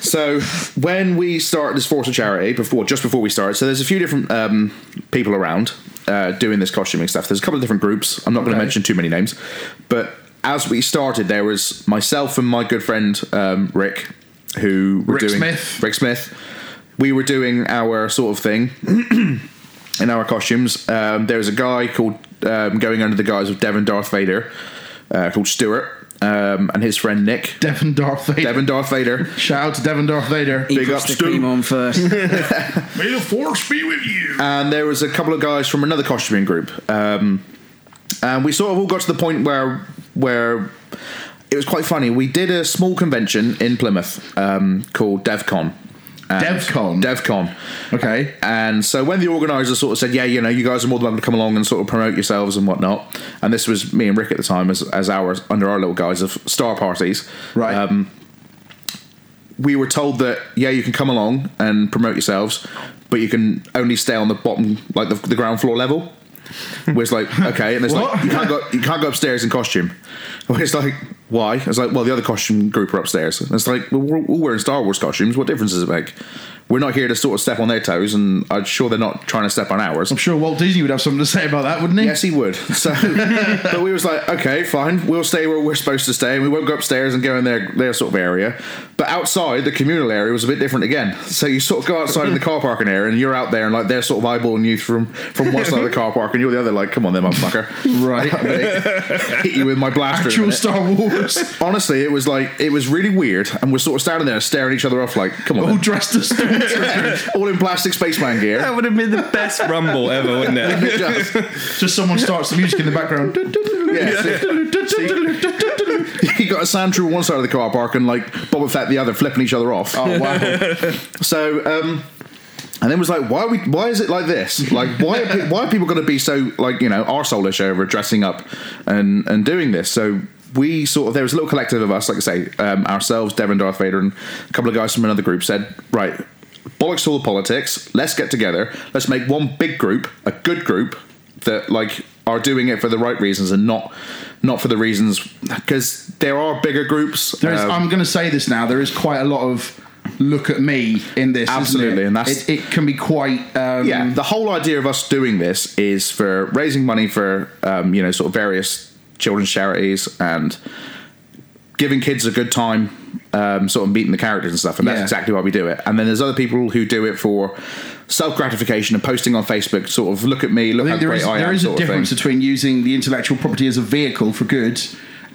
F: so when we start this Force of Charity, before just before we start, so there's a few different um, people around uh, doing this costuming stuff. There's a couple of different groups. I'm not going to mention too many names, but as we started, there was myself and my good friend um, Rick, who were
A: Rick
F: doing
A: Smith.
F: Rick Smith. We were doing our sort of thing in our costumes. Um, there was a guy called um, going under the guise of Devon Darth Vader uh, called Stuart, um, and his friend Nick.
A: Devon Darth Vader.
F: Devon Darth Vader.
A: Shout out to Devon Darth Vader.
C: He
F: Big
C: puts
F: up,
C: the
F: Stu.
C: cream on first.
A: May the force be with you.
F: and there was a couple of guys from another costuming group, um, and we sort of all got to the point where where it was quite funny. We did a small convention in Plymouth um, called DevCon. And-
A: Uh, DevCon?
F: DevCon.
A: Okay.
F: And so when the organizer sort of said, "Yeah, you know, you guys are more than welcome to come along and sort of promote yourselves and whatnot," and this was me and Rick at the time as as our under our little guise of star parties, Um,
A: Right.
F: we were told that yeah, you can come along and promote yourselves, but you can only stay on the bottom, like the, the ground floor level. Where it's like okay, and it's like
A: What?
F: you can't go you can't go upstairs in costume. Where it's like why? It's like well, the other costume group are upstairs. And it's like well, we're all wearing Star Wars costumes. What difference does it make? We're not here to sort of step on their toes, and I'm sure they're not trying to step on ours.
A: I'm sure Walt Disney would have something to say about that, wouldn't he?
F: Yes, he would. So, but we was like, okay, fine, we'll stay where we're supposed to stay, and we won't go upstairs and go in their their sort of area. But outside, the communal area was a bit different again. So you sort of go outside in the car parking area, and you're out there, and like they're sort of eyeballing you from from one side of the car park, and you're the other, like, come on, then, motherfucker,
A: Right.
F: I'm gonna hit you with my blaster. in a
A: Actual
F: minute.
A: Star Wars.
F: Honestly, it was like it was really weird, and we're sort of standing there staring each other off, like, come on,
A: All
F: then.
A: dressed as
F: all in plastic spaceman
B: That
F: gear.
B: would have been the best rumble ever, wouldn't it?
F: Just-
A: Just someone starts the music in the background.
F: yeah, so- you got Sam True one side of the car park and like Boba Fett the other, flipping each other off. Oh wow! so, um, and then it was like, why are we? Why is it like this? Like, why? Are pe- why are people going to be so like you know arseholish over dressing up and and doing this? So. We sort of there was a little collective of us, like I say, um, ourselves, Devon, Darth Vader, and a couple of guys from another group said, "Right, bollocks to all the politics. Let's get together. Let's make one big group, a good group that like are doing it for the right reasons and not not for the reasons because there are bigger groups.
A: There is,
F: um,
A: I'm going to say this now. There is quite a lot of look at me in this. isn't it?
F: Absolutely, and that's-
A: it, it can be quite. Um,
F: yeah, the whole idea of us doing this is for raising money for um, you know sort of various children's charities and giving kids a good time, um, sort of meeting the characters and stuff. And that's
A: Yeah.
F: exactly why we do it. And then there's other people who do it for self gratification and posting on Facebook, sort of look at me, look
A: I
F: how
A: think there
F: great
A: is
F: I am.
A: there is a
F: sort of
A: difference
F: thing.
A: between using the intellectual property as a vehicle for good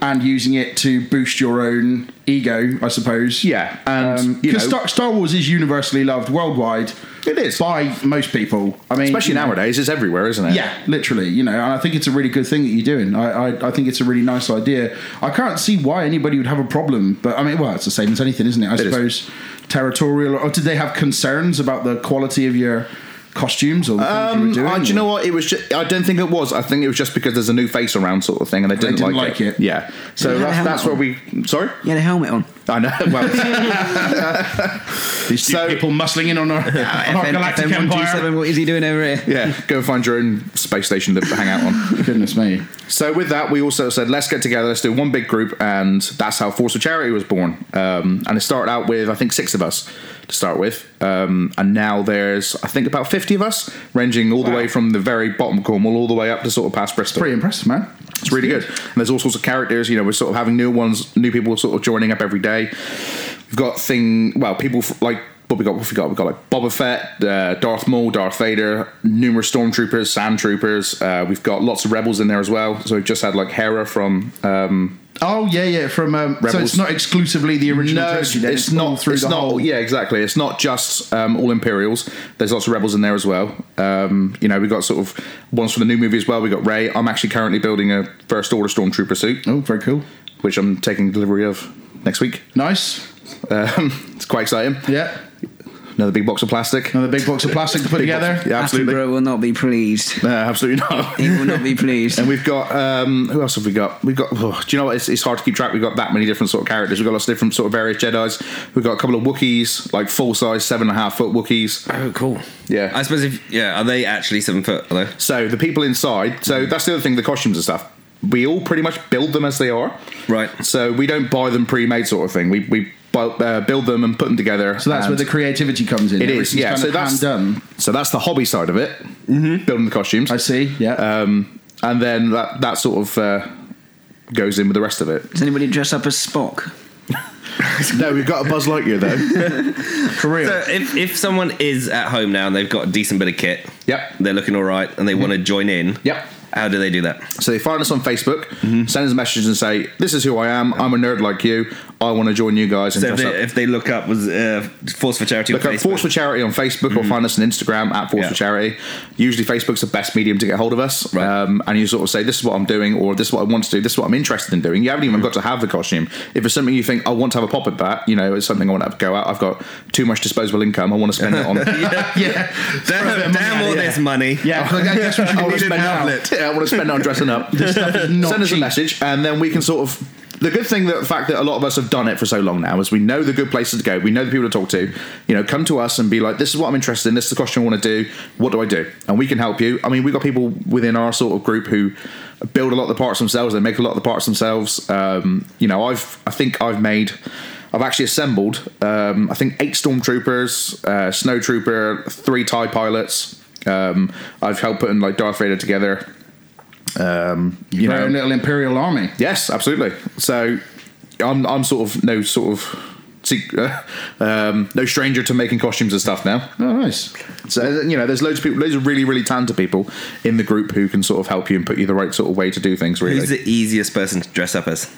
A: and using it to boost your own ego, I suppose.
F: Yeah, and, you
A: because
F: know-
A: Star, Star Wars is universally loved worldwide.
F: It is.
A: by most people. I mean,
F: Especially
A: you know,
F: nowadays, it's everywhere, isn't it?
A: Mm. Yeah, literally, you know, and I think it's a really good thing that you're doing. I, I, I think it's a really nice idea. I can't see why anybody would have a problem, but I mean, well, it's the same as anything, isn't it? I
F: is.
A: suppose territorial, or did they have concerns about the quality of your costumes or the things you were doing?
F: Um, I, do you
A: or-
F: know what? It was. Just, I don't think it was. I think it was just because there's a new face around, sort of thing, and they didn't,
A: didn't
F: like,
A: like it.
F: Yeah. So
C: Did they have
F: that's,
C: a
F: that's where we. Sorry.
C: You had a helmet on.
F: I know. Well,
A: These two
F: So-
A: people muscling in on our, on our galactic empire.
C: what is he doing over here?
F: yeah. Go find your own space station to hang out on.
A: Goodness me.
F: So with that, we also said let's get together, let's do one big group, and that's how Force of Charity was born. Um, and it started out with I think six of us to start with, um, and now there's I think about fifty of us, ranging all the way from the very bottom of Cornwall all the way up to sort of past Bristol.
A: Pretty impressive, man.
F: It's really good. And there's all sorts of characters. You know, we're sort of having new ones, new people sort of joining up every day. We've got thing, well, people f- like what we got. What we got? We got like Boba Fett, uh, Darth Maul, Darth Vader, numerous stormtroopers, sand troopers. Uh, we've got lots of rebels in there as well. So we've just had like Hera from. Um,
A: Oh yeah, yeah. From um, so it's
F: Rebels.
A: not exclusively the original trilogy. then, all through
F: it's
A: the
F: not,
A: whole.
F: Yeah, exactly. It's not just um, all Imperials. There's lots of rebels in there as well. Um, you know, we got sort of ones from the new movie as well. We got Ray. I'm actually currently building a First Order stormtrooper suit.
A: Oh, very cool.
F: which I'm taking delivery of next week.
A: Nice.
F: Um, it's quite exciting.
A: Yeah.
F: Another big box of plastic.
A: Another big box of plastic to put
F: Big box-
A: together.
F: Yeah, absolutely.
C: Attenborough will not be pleased.
F: No, absolutely not.
C: He will not be pleased.
F: And we've got um, who else have we got? We've got. oh, do you know what? It's, it's hard to keep track. We've got that many different sort of characters. We've got lots of different sort of various Jedi's. We've got a couple of Wookiees, like full size seven and a half foot Wookiees.
E: Oh, cool.
F: Yeah.
E: I suppose if yeah, are they actually seven foot? Are they?
F: So the people inside. So
A: Mm.
F: that's the other thing. The costumes and stuff. We all pretty much build them as they are.
E: Right.
F: So we don't buy them pre-made sort of thing. We we bu- uh, build them and put them together.
A: So that's where the creativity comes in.
F: It is,
A: Everything's
F: yeah.
A: Kind
F: So
A: of
F: that's
A: done.
F: So that's the hobby side of it, building the costumes,
A: Mm-hmm. I see. Yeah.
F: um, and then that that sort of uh, goes in with the rest of it.
C: Does anybody dress up as Spock?
F: no, we've got a Buzz Lightyear though.
A: For real.
E: So if, if someone is at home now and they've got a decent bit of kit,
F: Yep. Mm-hmm.
E: they're looking all right, and they want to join in,
F: Yep.
E: How do they do that?
F: so they find us on Facebook,
E: Mm-hmm.
F: send us a message, and say, "This is who I am. I'm a nerd like you. I want to join you guys." And
E: So if
F: dress
E: they,
F: up."
E: if they look up was uh, Force for Charity, on
F: Look at
E: Facebook, Mm-hmm.
F: Force for Charity on Facebook or find us on Instagram at Force
E: Yeah.
F: for Charity. Usually, Facebook's the best medium to get hold of us.
E: Right.
F: Um, and you sort of say, This is what I'm doing, or This is what I want to do, this is what I'm interested in doing. You haven't
E: Mm-hmm.
F: even got to have the costume. If it's something you think, I want to have a pop at that, you know, it's something I want to go out, I've got too much disposable income, I want to spend it on. yeah.
A: yeah. Throw a
E: damn,
A: bit of
E: damn
A: money at
E: all
A: it.
E: this money.
A: Yeah. I guess what you
F: I want to
A: need
F: spend
A: an
F: it on-
A: outlet.
F: Yeah, I want to spend it on dressing up.
A: not
F: Send us a
A: cheap.
F: message, and then we can sort of. The good thing that the fact that a lot of us have done it for so long now is we know the good places to go. We know the people to talk to. You know, come to us and be like, "This is what I'm interested in. This is the question I want to do. What do I do?" And we can help you. I mean, we've got people within our sort of group who build a lot of the parts themselves. They make a lot of the parts themselves. Um, you know, I've I think I've made. I've actually assembled. Um, I think eight stormtroopers, uh, snowtrooper, three tie pilots. Um, I've helped putting like Darth Vader together. Um, you
A: Your
F: know,
A: own little imperial army.
F: Yes, absolutely. So I'm I'm sort of no sort of sec- uh, um, no stranger to making costumes and stuff now.
A: Oh, nice.
F: So you know, there's loads of people, loads of really really talented people in the group who can sort of help you and put you the right sort of way to do things. Really,
E: Who's the easiest person to dress up as?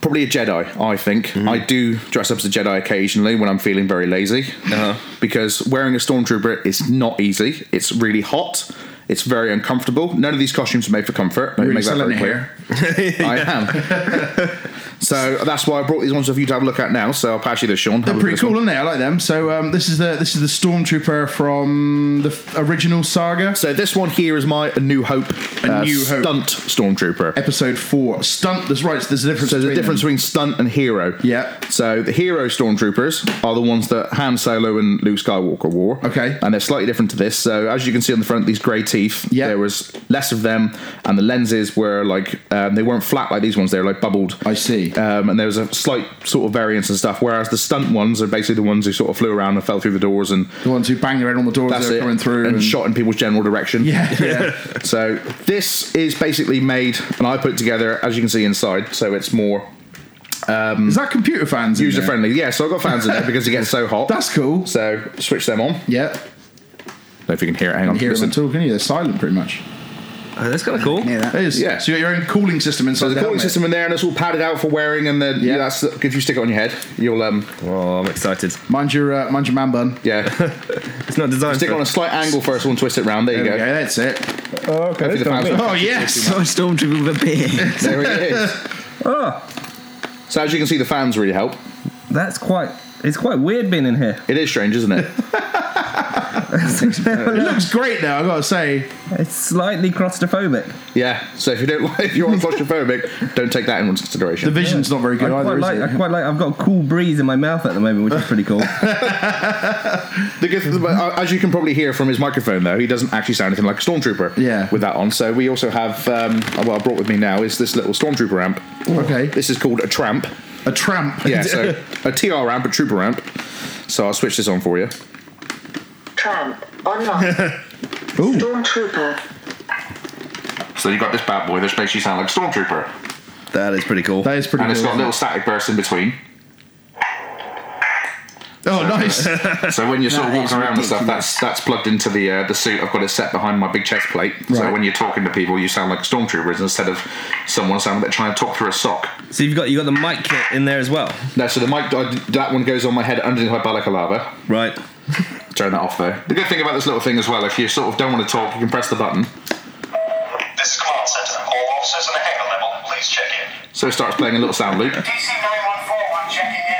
F: probably a Jedi. I think I do dress up as a Jedi occasionally when I'm feeling very lazy
E: Uh-huh.
F: because wearing a stormtrooper is not easy. It's really hot. It's very uncomfortable. None of these costumes are made for comfort. Let me
A: Really
F: make that
A: selling
F: very
A: it
F: clear.
A: here.
F: I am. So that's why I brought these ones for you to have a look at now. So I'll pass you this, Sean. Have a
A: They're
F: look
A: pretty
F: at this
A: cool,
F: one.
A: aren't they? I like them. So um, this is the this is the stormtrooper from the f- original saga,
F: So this one here is my A New Hope, uh,
A: A New Hope.
F: stunt stormtrooper.
A: episode four. Stunt. That's right. There's a difference.
F: So there's a
A: between
F: difference
A: them.
F: between stunt and hero.
A: Yeah.
F: So the hero stormtroopers are the ones that Han Solo and Luke Skywalker wore.
A: Okay.
F: And they're slightly different to this. So as you can see on the front, these grey teeth.
A: Yeah.
F: There was less of them, and the lenses were like um, they weren't flat like these ones. They were like bubbled.
A: I see.
F: Um, and there was a slight sort of variance and stuff. Whereas the stunt ones are basically the ones who sort of flew around and fell through the doors and
A: the ones who bang their head on the doors
F: that's
A: they're
F: it
A: coming through
F: and, shot in people's general direction.
A: Yeah, yeah.
F: So this is basically made, and I put it together as you can see inside. So it's more
A: is that computer fans? in
F: user
A: there?
F: friendly. Yeah, so I've got fans in there because it gets so hot.
A: That's cool.
F: So switch them on. Don't
A: Yeah,
F: know if you can hear it. Hang on.
A: hear them
F: Listen.
A: talking. Yeah, they're silent pretty much.
E: Oh, that's kind of cool.
C: Yeah,
A: It
C: that.
A: is.
F: Yeah.
A: So you got your own cooling system inside
F: There's
A: the
F: a cooling
A: helmet.
F: system in there, and it's all padded out for wearing. And then
A: Yeah.
F: yeah, that's if you stick it on your head, you'll um
E: Oh, I'm excited.
A: Mind your uh, mind your man bun.
F: yeah
E: It's not designed.
F: stick it
E: for-
F: on a slight angle first, one twist it round. There,
A: There we
F: you
A: go.
F: go.
A: That's it.
F: Hopefully the fans will-
A: Oh yes.
C: Sort of stormtrooper with a beard.
F: there it is. So as you can see, the fans really help.
B: Ah, That's quite. It's quite weird being in here.
F: It is strange, isn't it?
A: It looks great though. I gotta say.
B: It's slightly claustrophobic.
F: yeah. So if you don't like, if you are claustrophobic, don't take that into
A: The
F: consideration.
A: vision's not very
B: I
A: good either.
B: quite
A: is
B: like.
A: it?
B: I quite like. I've got a cool breeze in my mouth at the moment, which is pretty cool.
F: The good thing about- as you can probably hear from his microphone, though, he doesn't actually sound anything like a stormtrooper.
A: Yeah.
F: With that on, so we also have um, what I brought with me now is this little stormtrooper amp.
A: Okay.
F: Oh. This is called a tramp.
A: A tramp.
F: Yeah, so a TR amp, a trooper amp. So I'll switch this on for you.
G: Tramp online. Stormtrooper.
F: So you got this bad boy that makes you sound like a stormtrooper,
E: That is pretty cool.
A: That is pretty.
F: and it's
A: cool.
F: got little static bursts in between.
A: Oh, nice.
F: So when you're sort of
C: That
F: walking
C: is
F: around and stuff, that's that's plugged into the uh, the suit. I've got it set behind my big chest plate. So
A: Right.
F: when you're talking to people, you sound like stormtroopers instead of someone sounding like trying to talk through a sock.
B: so you've got you got the mic kit in there as well,
F: No, so the mic I, that one goes on my head underneath my balaclava.
B: right?
F: Turn that off though. The good thing about this little thing as well, if you sort of don't want to talk, you can press the button.
H: This is Command Center. All officers on the hangar level, please check in.
F: So it starts playing a little sound loop.
H: DC 9141 checking in.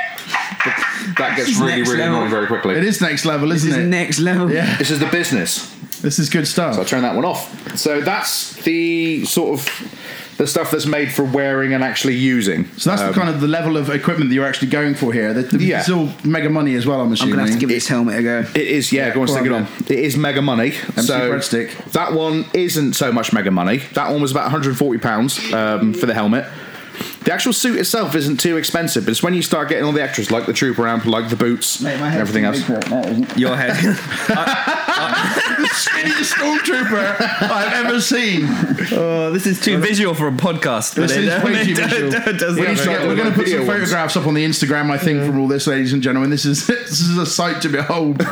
F: That gets really,
C: Next
F: really
C: level.
F: annoying very quickly.
A: it is next level, isn't
C: This
A: it?
C: is next level.
A: yeah.
F: This is the business.
A: This is good stuff.
F: So I'll turn that one off. So that's the sort of the stuff that's made for wearing and actually using.
A: So that's the kind of the level of equipment that you're actually going for here. The, the,
F: um, Yeah.
A: It's all mega money as well, I'm
C: I'm
A: assuming.
C: gonna have to give this helmet a go.
F: It is, yeah. go on,
A: go
F: stick
A: on,
F: it on. It is mega money. so
A: breadstick.
F: that one isn't so much mega money. That one was about 140 pounds um, for the helmet. The actual suit itself isn't too expensive, but it's when you start getting all the extras, like the trooper amp, like the boots, and everything else.
B: Your head.
A: shittiest stormtrooper I've ever seen.
B: oh, this is too visual for a podcast.
A: This is way too visual. We need to get- We're going to put some
F: Video ones.
A: photographs up on the Instagram, I think, from all this, ladies and gentlemen. This is this is a sight to behold.
F: Looking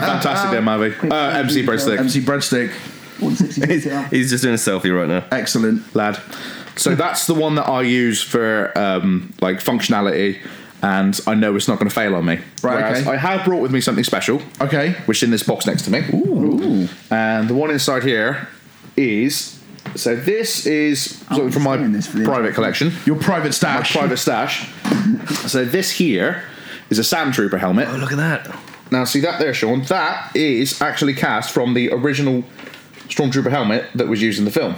F: fantastic there, Mavi. Uh, MC breadstick.
A: MC Breadstick,
B: He's just doing a selfie right now.
A: excellent.
F: lad. So that's the one that I use for um, like functionality, and I know it's not going to fail on me.
A: Right,
F: Whereas
A: okay.
F: I have brought with me something special,
A: Okay,
F: which is in this box next to me. Ooh. And the one inside here is so this is something from my
C: saving this for the-
F: private collection,
A: your private
F: my
A: stash.
F: private stash. So this here is a Sam Trooper helmet.
E: Oh, look at that.
F: Now, see that there, Sean? That is actually cast from the original Stormtrooper helmet that was used in the film.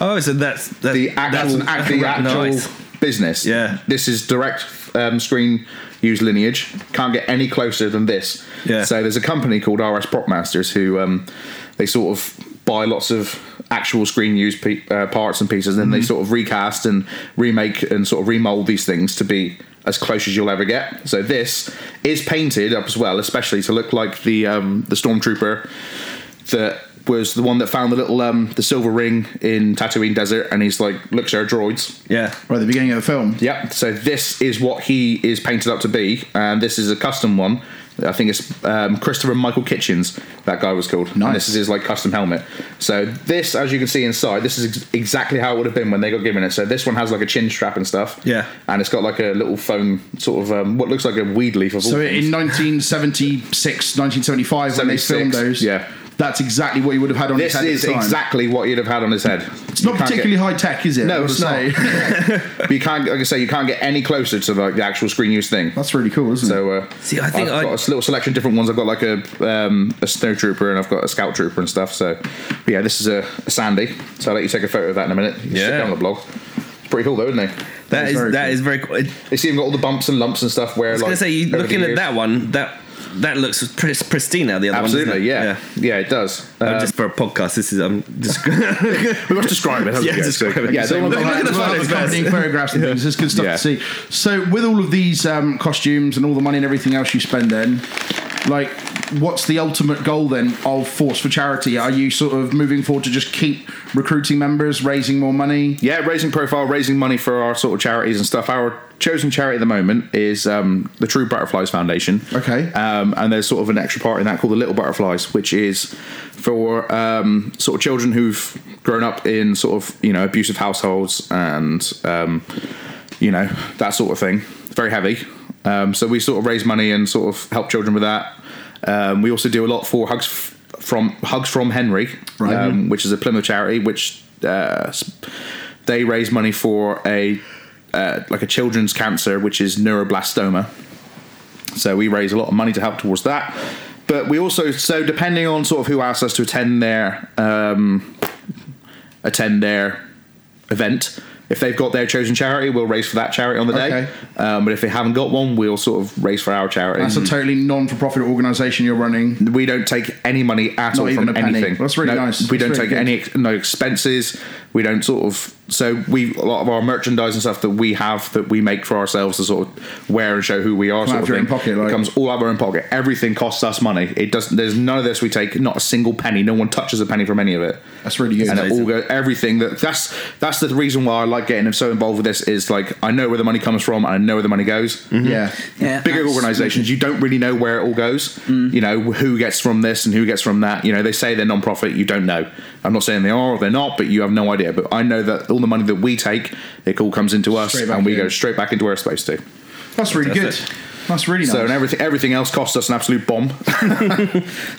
B: Oh, so that's that's
F: the actual,
B: that's
F: act- the actual
B: nice.
F: business.
B: Yeah.
F: this is direct um, screen use lineage. Can't get any closer than this.
B: Yeah.
F: So there's a company called RS Prop Masters who um, they sort of buy lots of actual screen use pe- uh, parts and pieces, and then they sort of recast and remake and sort of remold these things to be as close as you'll ever get. So this is painted up as well, especially to look like the um, the stormtrooper that was the one that found the little um the silver ring in Tatooine desert, and he's like, "Look, sir, droids."
B: Yeah.
A: Right at the beginning of the film.
F: Yep. So this is what he is painted up to be, and this is a custom one. I think it's um, Christopher Michael Kitchens. That guy was called.
A: Nice.
F: And this is his like custom helmet. So this, as you can see inside, this is ex- exactly how it would have been when they got given it. So this one has like a chin strap and stuff.
B: Yeah.
F: And it's got like a little foam sort of um, what looks like a weed leaf. Of all
A: So in
F: things.
A: 1976, 1975, when they filmed
F: 76,
A: those,
F: yeah.
A: That's exactly what you would have had on
F: This
A: his head.
F: is
A: at the time.
F: exactly what you'd have had on his head.
A: It's not particularly high tech, is it?
F: No,
A: I've
F: it's
A: gotta
F: not.
A: say.
F: but you can't, like I say, you can't get any closer to like the actual screen use thing.
A: That's really cool, isn't it?
F: So uh,
B: See, I think
F: I've
B: I-
F: got a s- little selection of different ones. I've got like a um, a snowtrooper and I've got a scout trooper and stuff. So but yeah, this is a, a Sandy. So I'll let you take a photo of that in a minute. You can stick
B: Yeah.
F: it on the blog. It's pretty cool though, isn't it?
B: That is
A: very
B: that
A: cool.
B: is very cool.
F: It's even got all the bumps and lumps and stuff. Where
B: I was
F: like,
B: gonna say, you,
F: over the
B: looking at
F: years-
B: that one, that that looks pr- pristine. Now the other
F: absolutely,
B: one, doesn't it?
F: yeah. yeah, it does.
B: Uh,
F: Um,
B: just for a podcast, this is um. Just
F: we must describe it. haven't
B: Yeah,
F: we?
B: describe
F: So,
B: it.
F: Yeah,
A: So
F: they-
A: we'll
B: look
A: have
B: at the
A: we'll have
B: photos
A: accompanying photographs and things. It's good stuff
F: Yeah.
A: to see. So with all of these um, costumes and all the money and everything else you spend, then, like, what's the ultimate goal then of Force for Charity? Are you sort of moving forward to just keep recruiting members, raising more money?
F: yeah, raising profile, raising money for our sort of charities and stuff. Our chosen charity at the moment is um, the True Butterflies Foundation.
A: Okay.
F: Um, and there's sort of an extra part in that called the Little Butterflies, which is for um, sort of children who've grown up in sort of you know abusive households and um, you know that sort of thing. Very heavy. Um, so we sort of raise money and sort of help children with that. Um, we also do a lot for hugs f- from Hugs from Henry,
A: Right.
F: um, which is a Plymouth charity, which uh, s- they raise money for a uh, like a children's cancer, which is neuroblastoma. So we raise a lot of money to help towards that. But we also, so depending on sort of who asks us to attend their um, attend their event, if they've got their chosen charity, we'll raise for that charity on the
A: Okay.
F: day. Um, but if they haven't got one, we'll sort of raise for our charity.
A: That's a totally non-for-profit organisation you're running.
F: we don't take any money at
A: Not
F: all
A: even
F: from
A: a penny.
F: anything.
A: That's really
F: No,
A: nice.
F: We
A: That's
F: don't
A: really
F: take any ex- no expenses. We don't sort of so we a lot of our merchandise and stuff that we have that we make for ourselves to sort of wear and show who we are.
A: out
F: sort of
A: of your
F: thing,
A: own pocket, like-
F: it comes all out of our own pocket. Everything costs us money. It doesn't. There's none of this we take. Not a single penny. No one touches a penny from any of it.
A: That's really good.
F: and it all go everything that that's that's the reason why I like getting so involved with this is like I know where the money comes from and I know where the money goes
A: Yeah. Mm.
C: Yeah,
F: bigger
C: that's-
F: organizations you don't really know where it all goes you know who gets from this and who gets from that you know they say they're non-profit you don't know i'm not saying they are or they're not but you have no idea but i know that all the money that we take it all comes into us
A: Straight back
F: and we
A: in.
F: go straight back into where it's supposed to
A: That's really good. That's really nice.
F: so and everything everything else costs us an absolute bomb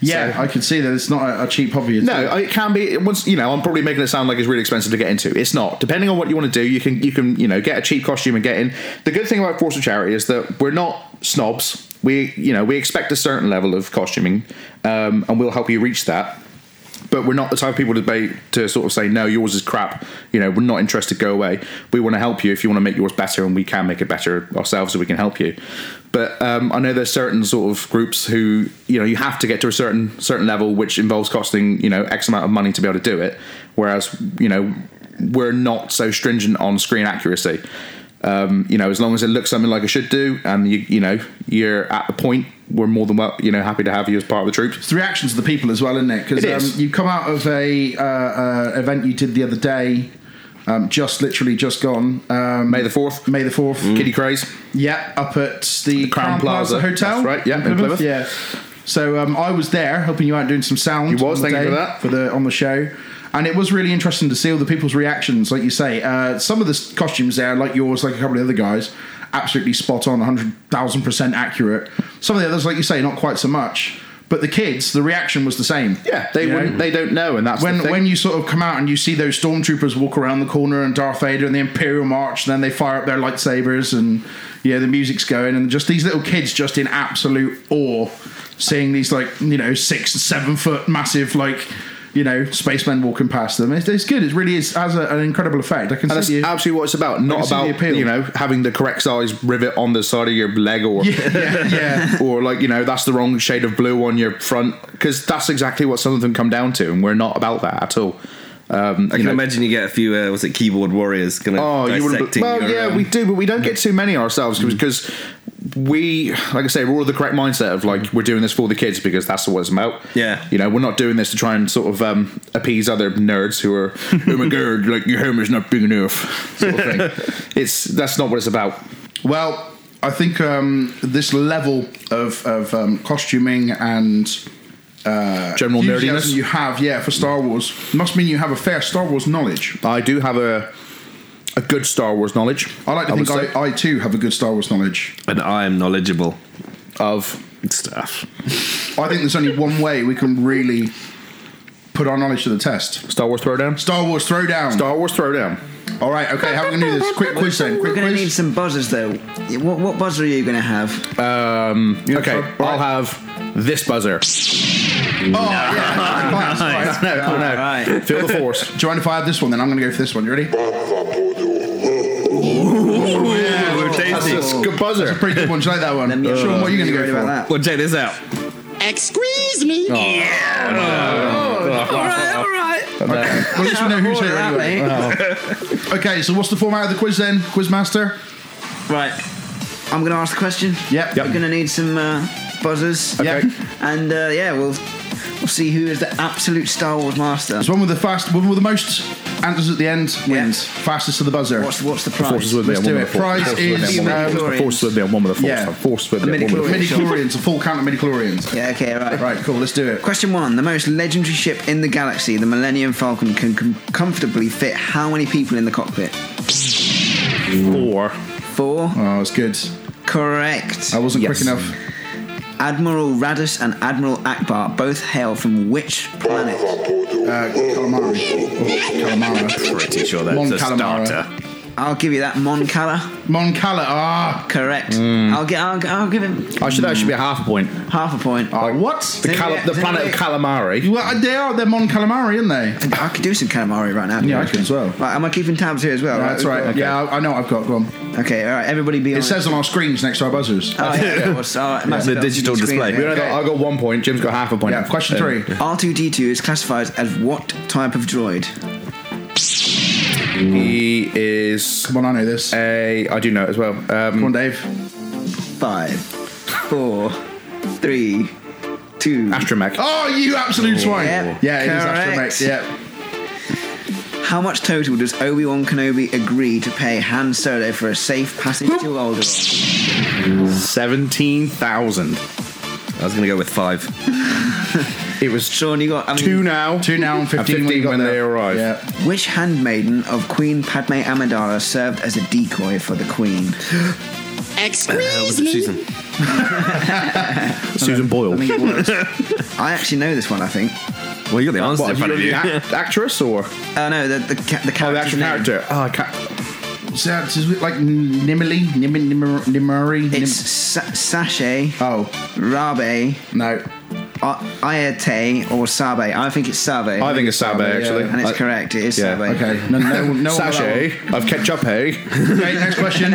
A: yeah, I can see that it's not a, a cheap hobby.
F: no it can be it once you know i'm probably making it sound like it's really expensive to get into it's not depending on what you want to do you can you can you know get a cheap costume and get in the good thing about force of charity is that we're not snobs we you know we expect a certain level of costuming um, and we'll help you reach that but we're not the type of people to be, to sort of say no yours is crap you know we're not interested go away we want to help you if you want to make yours better and we can make it better ourselves so we can help you but um, I know there's certain sort of groups who you know you have to get to a certain certain level which involves costing you know x amount of money to be able to do it whereas you know we're not so stringent on screen accuracy um, you know, as long as it looks something like it should do, and you, you know, you're at the point, we're more than well, you know, happy to have you as part of the troops.
A: it's the reactions of the people as well, isn't it? Because
F: It is.
A: um, you come out of a uh, uh, event you did the other day, um, just literally just gone, um,
F: May the fourth,
A: May the fourth.
F: Kitty Craze.
A: Yeah, up at the, Crown, Plaza, Hotel.
F: That's right, yeah, in Plymouth.
A: Yeah. So um, I was there helping you out doing some sound.
F: You was,
A: on the
F: thank
A: day
F: you for that.
A: for the on the show. And it was really interesting to see all the people's reactions, like you say. Uh, some of the s- costumes there, like yours, like a couple of the other guys, absolutely spot on, 100,000% accurate. Some of the others, like you say, not quite so much. But the kids, the reaction was the same.
F: Yeah, they
A: You know?
F: wouldn't, they don't know, and that's
A: when
F: the thing.
A: when you sort of come out and you see those stormtroopers walk around the corner and Darth Vader and the Imperial March, and then they fire up their lightsabers and yeah, the music's going, and just these little kids just in absolute awe, seeing these like you know six seven foot massive like you know spacemen walking past them. It's, it's good. It really is has a, an incredible effect. I can
F: and that's
A: see you.
F: absolutely what it's about.
A: I
F: Not
A: can see the
F: about
A: appeal.
F: you know having the correct size rivet on the side of your leg or
A: yeah, yeah.
F: or like you know that's the wrong shade of blue on your front because that's exactly what some of them come down to, and we're not about that at all. Um,
B: I
F: you
B: can
F: know,
B: imagine you get a few. Uh, was it keyboard warriors? Gonna
F: Oh, you wouldn't.
B: dissecting
F: Well,
B: your,
F: yeah,
B: um,
F: we do, but we don't
A: Mm.
F: get too many ourselves because we, like I say, we're all the correct mindset of
A: Mm.
F: like we're doing this for the kids because that's what it's about.
B: Yeah.
F: you know, we're not doing this to try and sort of um, appease other nerds who are, oh my god, like your hammer's not big enough, sort of thing. it's that's not what it's about.
A: Well, I think um, this level of, of um, costuming and uh,
F: General
A: enthusiasm
F: nerdiness.
A: you have, yeah, for Star Wars must mean you have a fair Star Wars knowledge.
F: I do have a a good Star Wars knowledge.
A: I like to
F: would
A: think
F: say,
A: I, I too have a good Star Wars knowledge.
B: and I am knowledgeable
F: of
B: stuff.
A: I think there's only one way we can really put our knowledge to the test.
F: Star Wars Throwdown.
A: Star Wars Throwdown.
F: Star Wars Throwdown.
A: All right, okay, how are we going to do this? Quick quiz then. Quick
C: We're going to
A: quiz.
C: need some buzzers though. What, what buzzer are you going to have?
F: Um, okay,
A: Right.
F: I'll have this buzzer.
A: oh, yeah. Class, right.
F: No, no, no.
C: Right.
F: Feel the force.
A: Do you mind if I have this one? Then I'm going to go for this one. You ready?
B: We're
F: That's
B: dating.
F: a good buzzer.
A: Pretty good one. Do you like that one?
C: Let me-
A: Sean, Uh, what are you going to
C: You
A: go
C: worried
A: for?
C: about that?
B: Well, check this out.
D: Excuse me.
A: Well, at least we know who's here
C: All right,
A: anyway. Oh. Okay, so what's the format of the quiz then, Quizmaster?
C: Right. I'm going to ask the question.
A: Yep.
C: We're going to need some uh, buzzers.
A: Okay. Yep.
C: And uh, yeah, we'll we'll see who is the absolute Star Wars master.
A: It's one with the fast, one with the most answers at the end wins. Fastest to the buzzer.
C: What's what's the
F: The
C: prize?
F: force is with me.
A: Let's
F: I'm one
A: do
F: with
A: it.
F: the force.
A: Prize
F: The force is
A: is,
F: with me. I'm one with
C: um,
F: the force. The force is with me. I'm one with the force.
A: Yeah.
F: The force with
C: The
F: me. I'm one with the
C: midi-chlorian.
F: force.
A: midi chlorians, a full count of midi chlorians.
C: Yeah. Okay. Right.
A: Right, cool. Let's do it.
C: Question one: The most legendary ship in the galaxy, the Millennium Falcon, can com- comfortably fit how many people in the cockpit?
F: Four.
C: Four.
A: Oh, it's good.
C: Correct.
A: I wasn't
F: Yes.
A: quick enough.
C: Admiral Radis and Admiral Akbar both hail from which planet?
A: Uh, calamari. Oh, calamari.
E: Pretty sure that's
A: Mon
E: a
A: Calamari.
E: starter.
C: I'll give you that. Mon Cala.
A: Mon Cala. Ah.
C: Correct. I'll get. I'll, I'll give him
F: I should. That should be a half a point.
C: half a point.
A: Ah, what?
F: The,
C: Then
F: cal-
C: we-
F: the
C: then
F: planet
C: we-
F: of calamari.
A: Well, uh, they are. They're Mon Calamari, aren't they?
C: I could do some calamari right now.
A: Yeah, I could as well.
C: Right, am I keeping tabs here as well?
A: That's right.
C: Okay.
A: Yeah, I I know what I've got. Go on.
C: Okay, all right. Everybody be on.
A: It says on our screens next to our buzzers.
C: Oh, yeah, yeah, well, so, uh, it must
E: The
C: be on
E: digital
C: the screen.
E: display.
F: We only got- I got one point. Jim's got half a point.
A: Yeah, question three.
C: R2D2 is classified as what type of droid?
F: Um, He is
A: Come on, I know this.
F: Um, a. I do know it as well. Um,
A: Come on, Dave.
C: Five, four, three, two.
F: Astromech.
A: Oh, you absolute swine.
C: Yep.
A: Yeah, it is
C: Correct.
A: Astromech. Yeah.
C: How much total does Obi Wan Kenobi agree to pay Han Solo for a safe passage to Alderaan?
F: Seventeen thousand.
E: I was going to go with five.
F: It was
C: Sean, you got. I mean,
F: two now.
A: Two now and 15, when, you got
F: when
A: there.
F: they arrived.
A: Yeah.
C: Which handmaiden of Queen Padme Amidala served as a decoy for the Queen?
D: Excuse me.
E: Susan.
F: Susan Boyle.
C: I think it was. I actually know this one. I think.
E: Well, you got the answers
F: What,
E: in front of you.
F: act- actress or
C: Uh, no, the the, ca- the character's
F: oh, the actual
C: name.
F: character? Oh, I can't.
A: So that's is it like Nimily? Nim- Nimmer- Nimmery? Nim-
C: It's Sa- Sashay,
A: oh,
C: Rabe,
A: no.
C: I- Ayate, or Sabe. I think it's Sabe.
F: I think it's Sabe
A: Sabe,
F: actually.
A: yeah.
C: and it's
F: I-
C: correct. It is
F: yeah,
C: Sabe.
A: Okay. No, no, no, no
F: Sachet of ketchup, hey.
A: One okay, next question.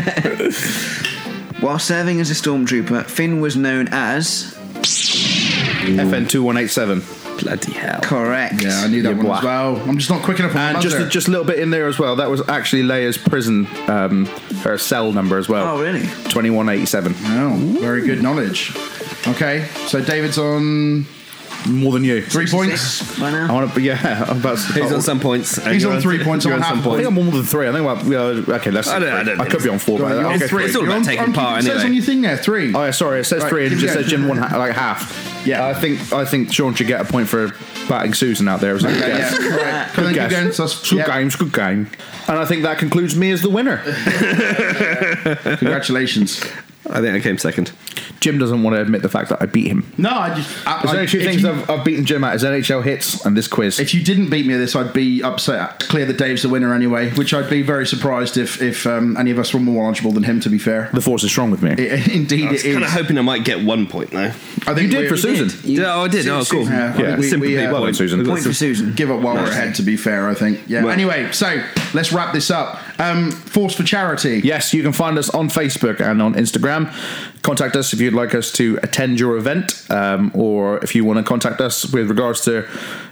C: While serving as a stormtrooper, Finn was known as
F: FN two one eight seven.
E: Bloody hell.
C: correct.
A: Yeah, I knew that
F: Yeah,
A: one
F: blah.
A: as well. I'm just not quick enough on
F: And
A: the
F: just
A: buzzer.
F: just a little bit in there as well. That was actually Leia's prison, um, her cell number as well.
C: Oh, really?
F: Twenty one eighty seven.
A: Oh, very good knowledge. Okay, so David's on
F: More than you.
A: three points.
C: By
F: I
C: now.
F: want to. Yeah, I'm about. To,
E: He's
F: oh,
E: on some points. and
A: He's
E: you're
A: on three points.
E: you're
A: I'm
E: on
A: on
E: some
A: half a
F: I
E: points.
F: think I'm on more than three. I think. Well, yeah, okay, let's.
E: I don't- I don't
F: I
E: think
F: could be on four.
A: Go on,
F: but
A: you're
F: I'll
A: on
F: go
A: three.
F: three.
E: It's all
A: You're
E: about
A: on-
E: taking
A: I'm-
E: part,
A: It says
E: anyway.
A: on your thing there, three.
F: Oh, yeah, sorry. It says
A: Right,
F: three and
A: keep
F: it just
A: going.
F: says Jim one ha- like half.
A: Yeah.
F: I think I think Sean should get a point for batting Susan out there. As okay,
A: Yeah,
F: guess.
A: yeah. Right. Come on,
F: Good
A: keep
F: guess.
A: going. So that's-
F: Good
A: yeah.
F: games, good game. And I think that concludes me as the winner.
A: Congratulations.
E: I think I came second.
F: Jim doesn't want to admit the fact that I beat him.
A: No, I just. I,
F: There's
A: I,
F: only two
A: if
F: things
A: you-
F: I've, I've beaten Jim at: is NHL hits and this quiz.
A: If you didn't beat me at this, I'd be upset. Clear that Dave's the winner anyway, which I'd be very surprised if if um, any of us were more knowledgeable than him. To be fair,
F: the force is strong with me.
A: It- indeed
E: I was
A: it
E: kind of
A: is.
E: hoping I might get one point, though.
A: I think
F: you
A: we-
F: did for Susan.
E: Yeah, oh, I did. Oh, cool.
A: Yeah, I think we-
E: Sympathy
A: we, uh,
E: point.
F: Well done, Susan.
E: We've got
C: Point for
E: some-
C: Susan.
A: Give up while we're ahead. To be fair, I think. Yeah.
E: Well-
A: anyway, so let's wrap this up. Um, Force for charity.
F: Yes, you can find us on Facebook and on Instagram. Contact us if you'd like us to attend your event, um, or if you want to contact us with regards to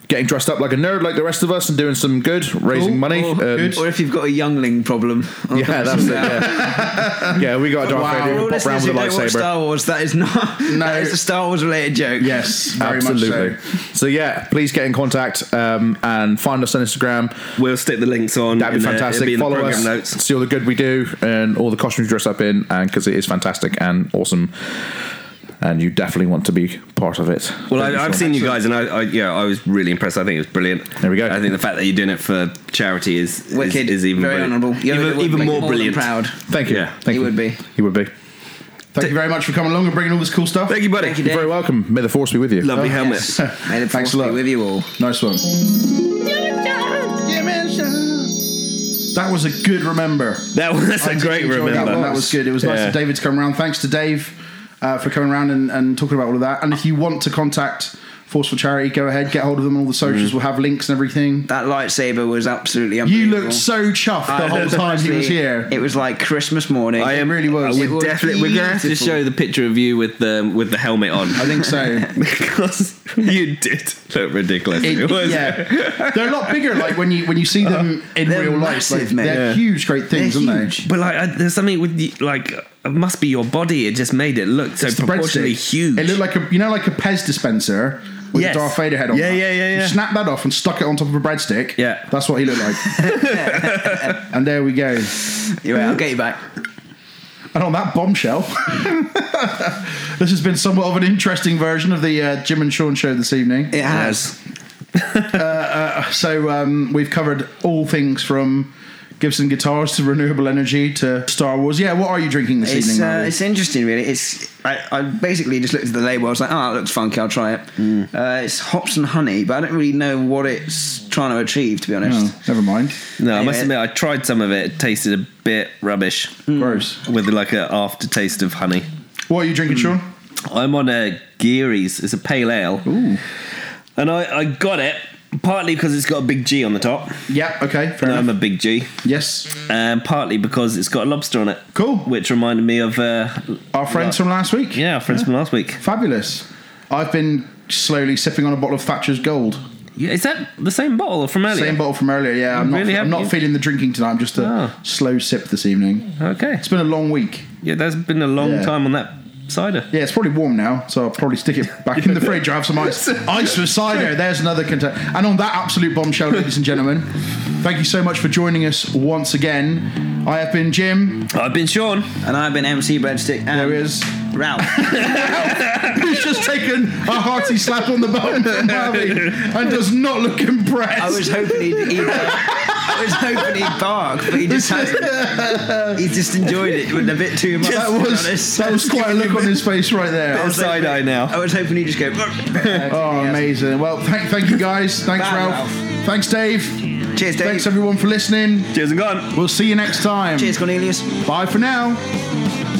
F: getting dressed up like a nerd like the rest of us and doing some good, raising money.
C: Or,
F: um,
C: or if you've got a youngling problem.
F: Yeah, that's it. Yeah, yeah we got Darth
A: Wow.
F: Vader
C: For all listeners
F: who pop
C: who
F: around with a
C: don't watch
F: lightsaber.
C: Star Wars, that is not.
A: No.
C: that is a Star Wars related joke.
A: Yes. Very
F: Absolutely.
A: Much so.
F: So yeah, please get in contact um, and find us on Instagram.
E: We'll stick the links on. in
F: That'd be
E: the- it'll
F: fantastic.
E: in the
F: Follow
E: program
F: us,
E: Notes.
F: see all the good we do, and all the costumes we dress up in, and because it is fantastic and awesome, and you definitely want to be part of it.
E: Well,
F: Thank
E: I, I've
F: Sean.
E: seen you guys, and I, I, yeah, I was really impressed. I think it was brilliant.
F: There we go.
E: I think the fact that you're doing it for charity is is-
C: Wicked.
E: Is, even
C: very
E: brilliant.
C: honourable. Yoda
E: Even,
C: would
E: even
C: be
E: more
C: than
E: brilliant.
C: Proud.
F: Thank you.
E: Yeah.
F: Thank
C: He
F: you.
C: would be.
F: He would be.
A: Thank you very much for coming along and bringing all this cool stuff.
B: Thank you, buddy.
C: Thank you,
F: You're
C: Dave.
F: very welcome. May the force be with you.
B: Lovely
A: Oh,
B: helmet.
C: May the
A: Thanks
C: force
A: a lot.
C: be with you all.
A: Nice one. That was a good remember.
B: That was that's a great
A: enjoyed
B: remember.
A: That, one. that was good. It was nice
B: Yeah.
A: of David to come around. Thanks to Dave uh, for coming around and, and talking about all of that. And if you want to contact Force for Charity, go ahead, get hold of them on all the
C: Mm.
A: socials. We'll have links and everything.
C: That lightsaber was absolutely
A: You
C: unbelievable.
A: looked so chuffed the whole time he was here.
C: It was like Christmas morning.
B: I am
A: really was.
B: We're
A: It was
B: definitely we're gonna have to
C: beautiful.
B: show the picture of you with the with the helmet on
A: I think so.
B: because you did look ridiculous. It,
A: It-
B: was.
A: yeah, they're a lot bigger. Like when you when you see them in
C: They're
A: real life,
C: massive,
A: like,
C: mate.
A: they're
C: Yeah.
A: huge, great things,
C: They're
A: aren't
C: huge.
B: But like, I, there's something with the, like it must be your body. It just made it look so
A: they? The
B: proportionally
A: breadstick.
B: huge.
A: It looked like a you know like a Pez dispenser with
B: Yes.
A: a Darth Vader head on.
B: Yeah,
A: that.
B: yeah, yeah, yeah.
A: You snapped that off and stuck it on top of a breadstick.
B: Yeah.
A: that's what he looked like. and there we go.
C: Anyway, I'll get you back.
A: And on that bombshell, this has been somewhat of an interesting version of the uh, Jim and Sean show this evening.
C: It has.
A: So um, we've covered all things from Gibson guitars to renewable energy to Star Wars. Yeah, what are you drinking this
C: It's
A: evening?
C: uh,
A: Marvel?
C: it's interesting, really. It's I, I basically just looked at the label. I was like, oh, it looks funky. I'll try it.
A: Mm.
C: Uh, it's hops and honey, but I don't really know what it's trying to achieve, to be honest.
A: Oh, never mind.
B: no, I must
C: Yeah.
B: admit, I tried some of it. It tasted a bit rubbish,
A: Gross.
B: with like an aftertaste of honey.
A: What are you drinking,
B: Hmm.
A: Sean?
B: I'm on a Geary's. It's a pale ale,
A: Ooh.
B: and I, I got it partly because it's got a big G on the top.
A: Yeah. Okay. Fair
B: And I'm
A: enough.
B: a big G,
A: yes.
B: and partly because it's got a lobster on it.
A: Cool.
B: Which reminded me of uh,
A: Our friends from last week.
B: yeah, our friends from last week.
A: Fabulous. I've been slowly sipping on a bottle of Thatcher's Gold.
B: Yeah, is that the same bottle from earlier?
A: Same bottle from earlier. Yeah. I'm not.
B: Really,
A: I'm
B: haven't
A: not
B: you?
A: feeling the drinking tonight. I'm just a
B: Ah.
A: slow sip this evening.
B: Okay.
A: It's been a long week.
B: Yeah, that's been a long
A: Yeah.
B: time on that cider.
A: Yeah, it's probably warm now, so I'll probably stick it back in the fridge. I have some ice, ice with cider. There's another content. And on that absolute bombshell, ladies and gentlemen, thank you so much for joining us once again. I have been Jim.
B: I've been Sean.
C: And I've been MC Breadstick. And
A: There he is.
C: Ralph.
A: He's just taken a hearty slap on the bum from Harvey and does not look impressed.
C: I was hoping he'd eat I was hoping he'd bark, but he just hasn't. He just enjoyed it with a bit too much.
A: that
C: to be
A: was
C: honest.
A: that was quite a look on his face right
C: I
A: there.
C: was hoping-
B: side eye now.
C: I was hoping he'd just go.
A: Oh, amazing! Well, thank, thank you guys. Thanks,
C: Bye,
A: Ralph. Thanks, Dave.
C: Cheers, Dave.
A: Thanks everyone for listening.
B: Cheers and gone.
A: We'll see you next time.
C: Cheers, Cornelius.
A: Bye for now.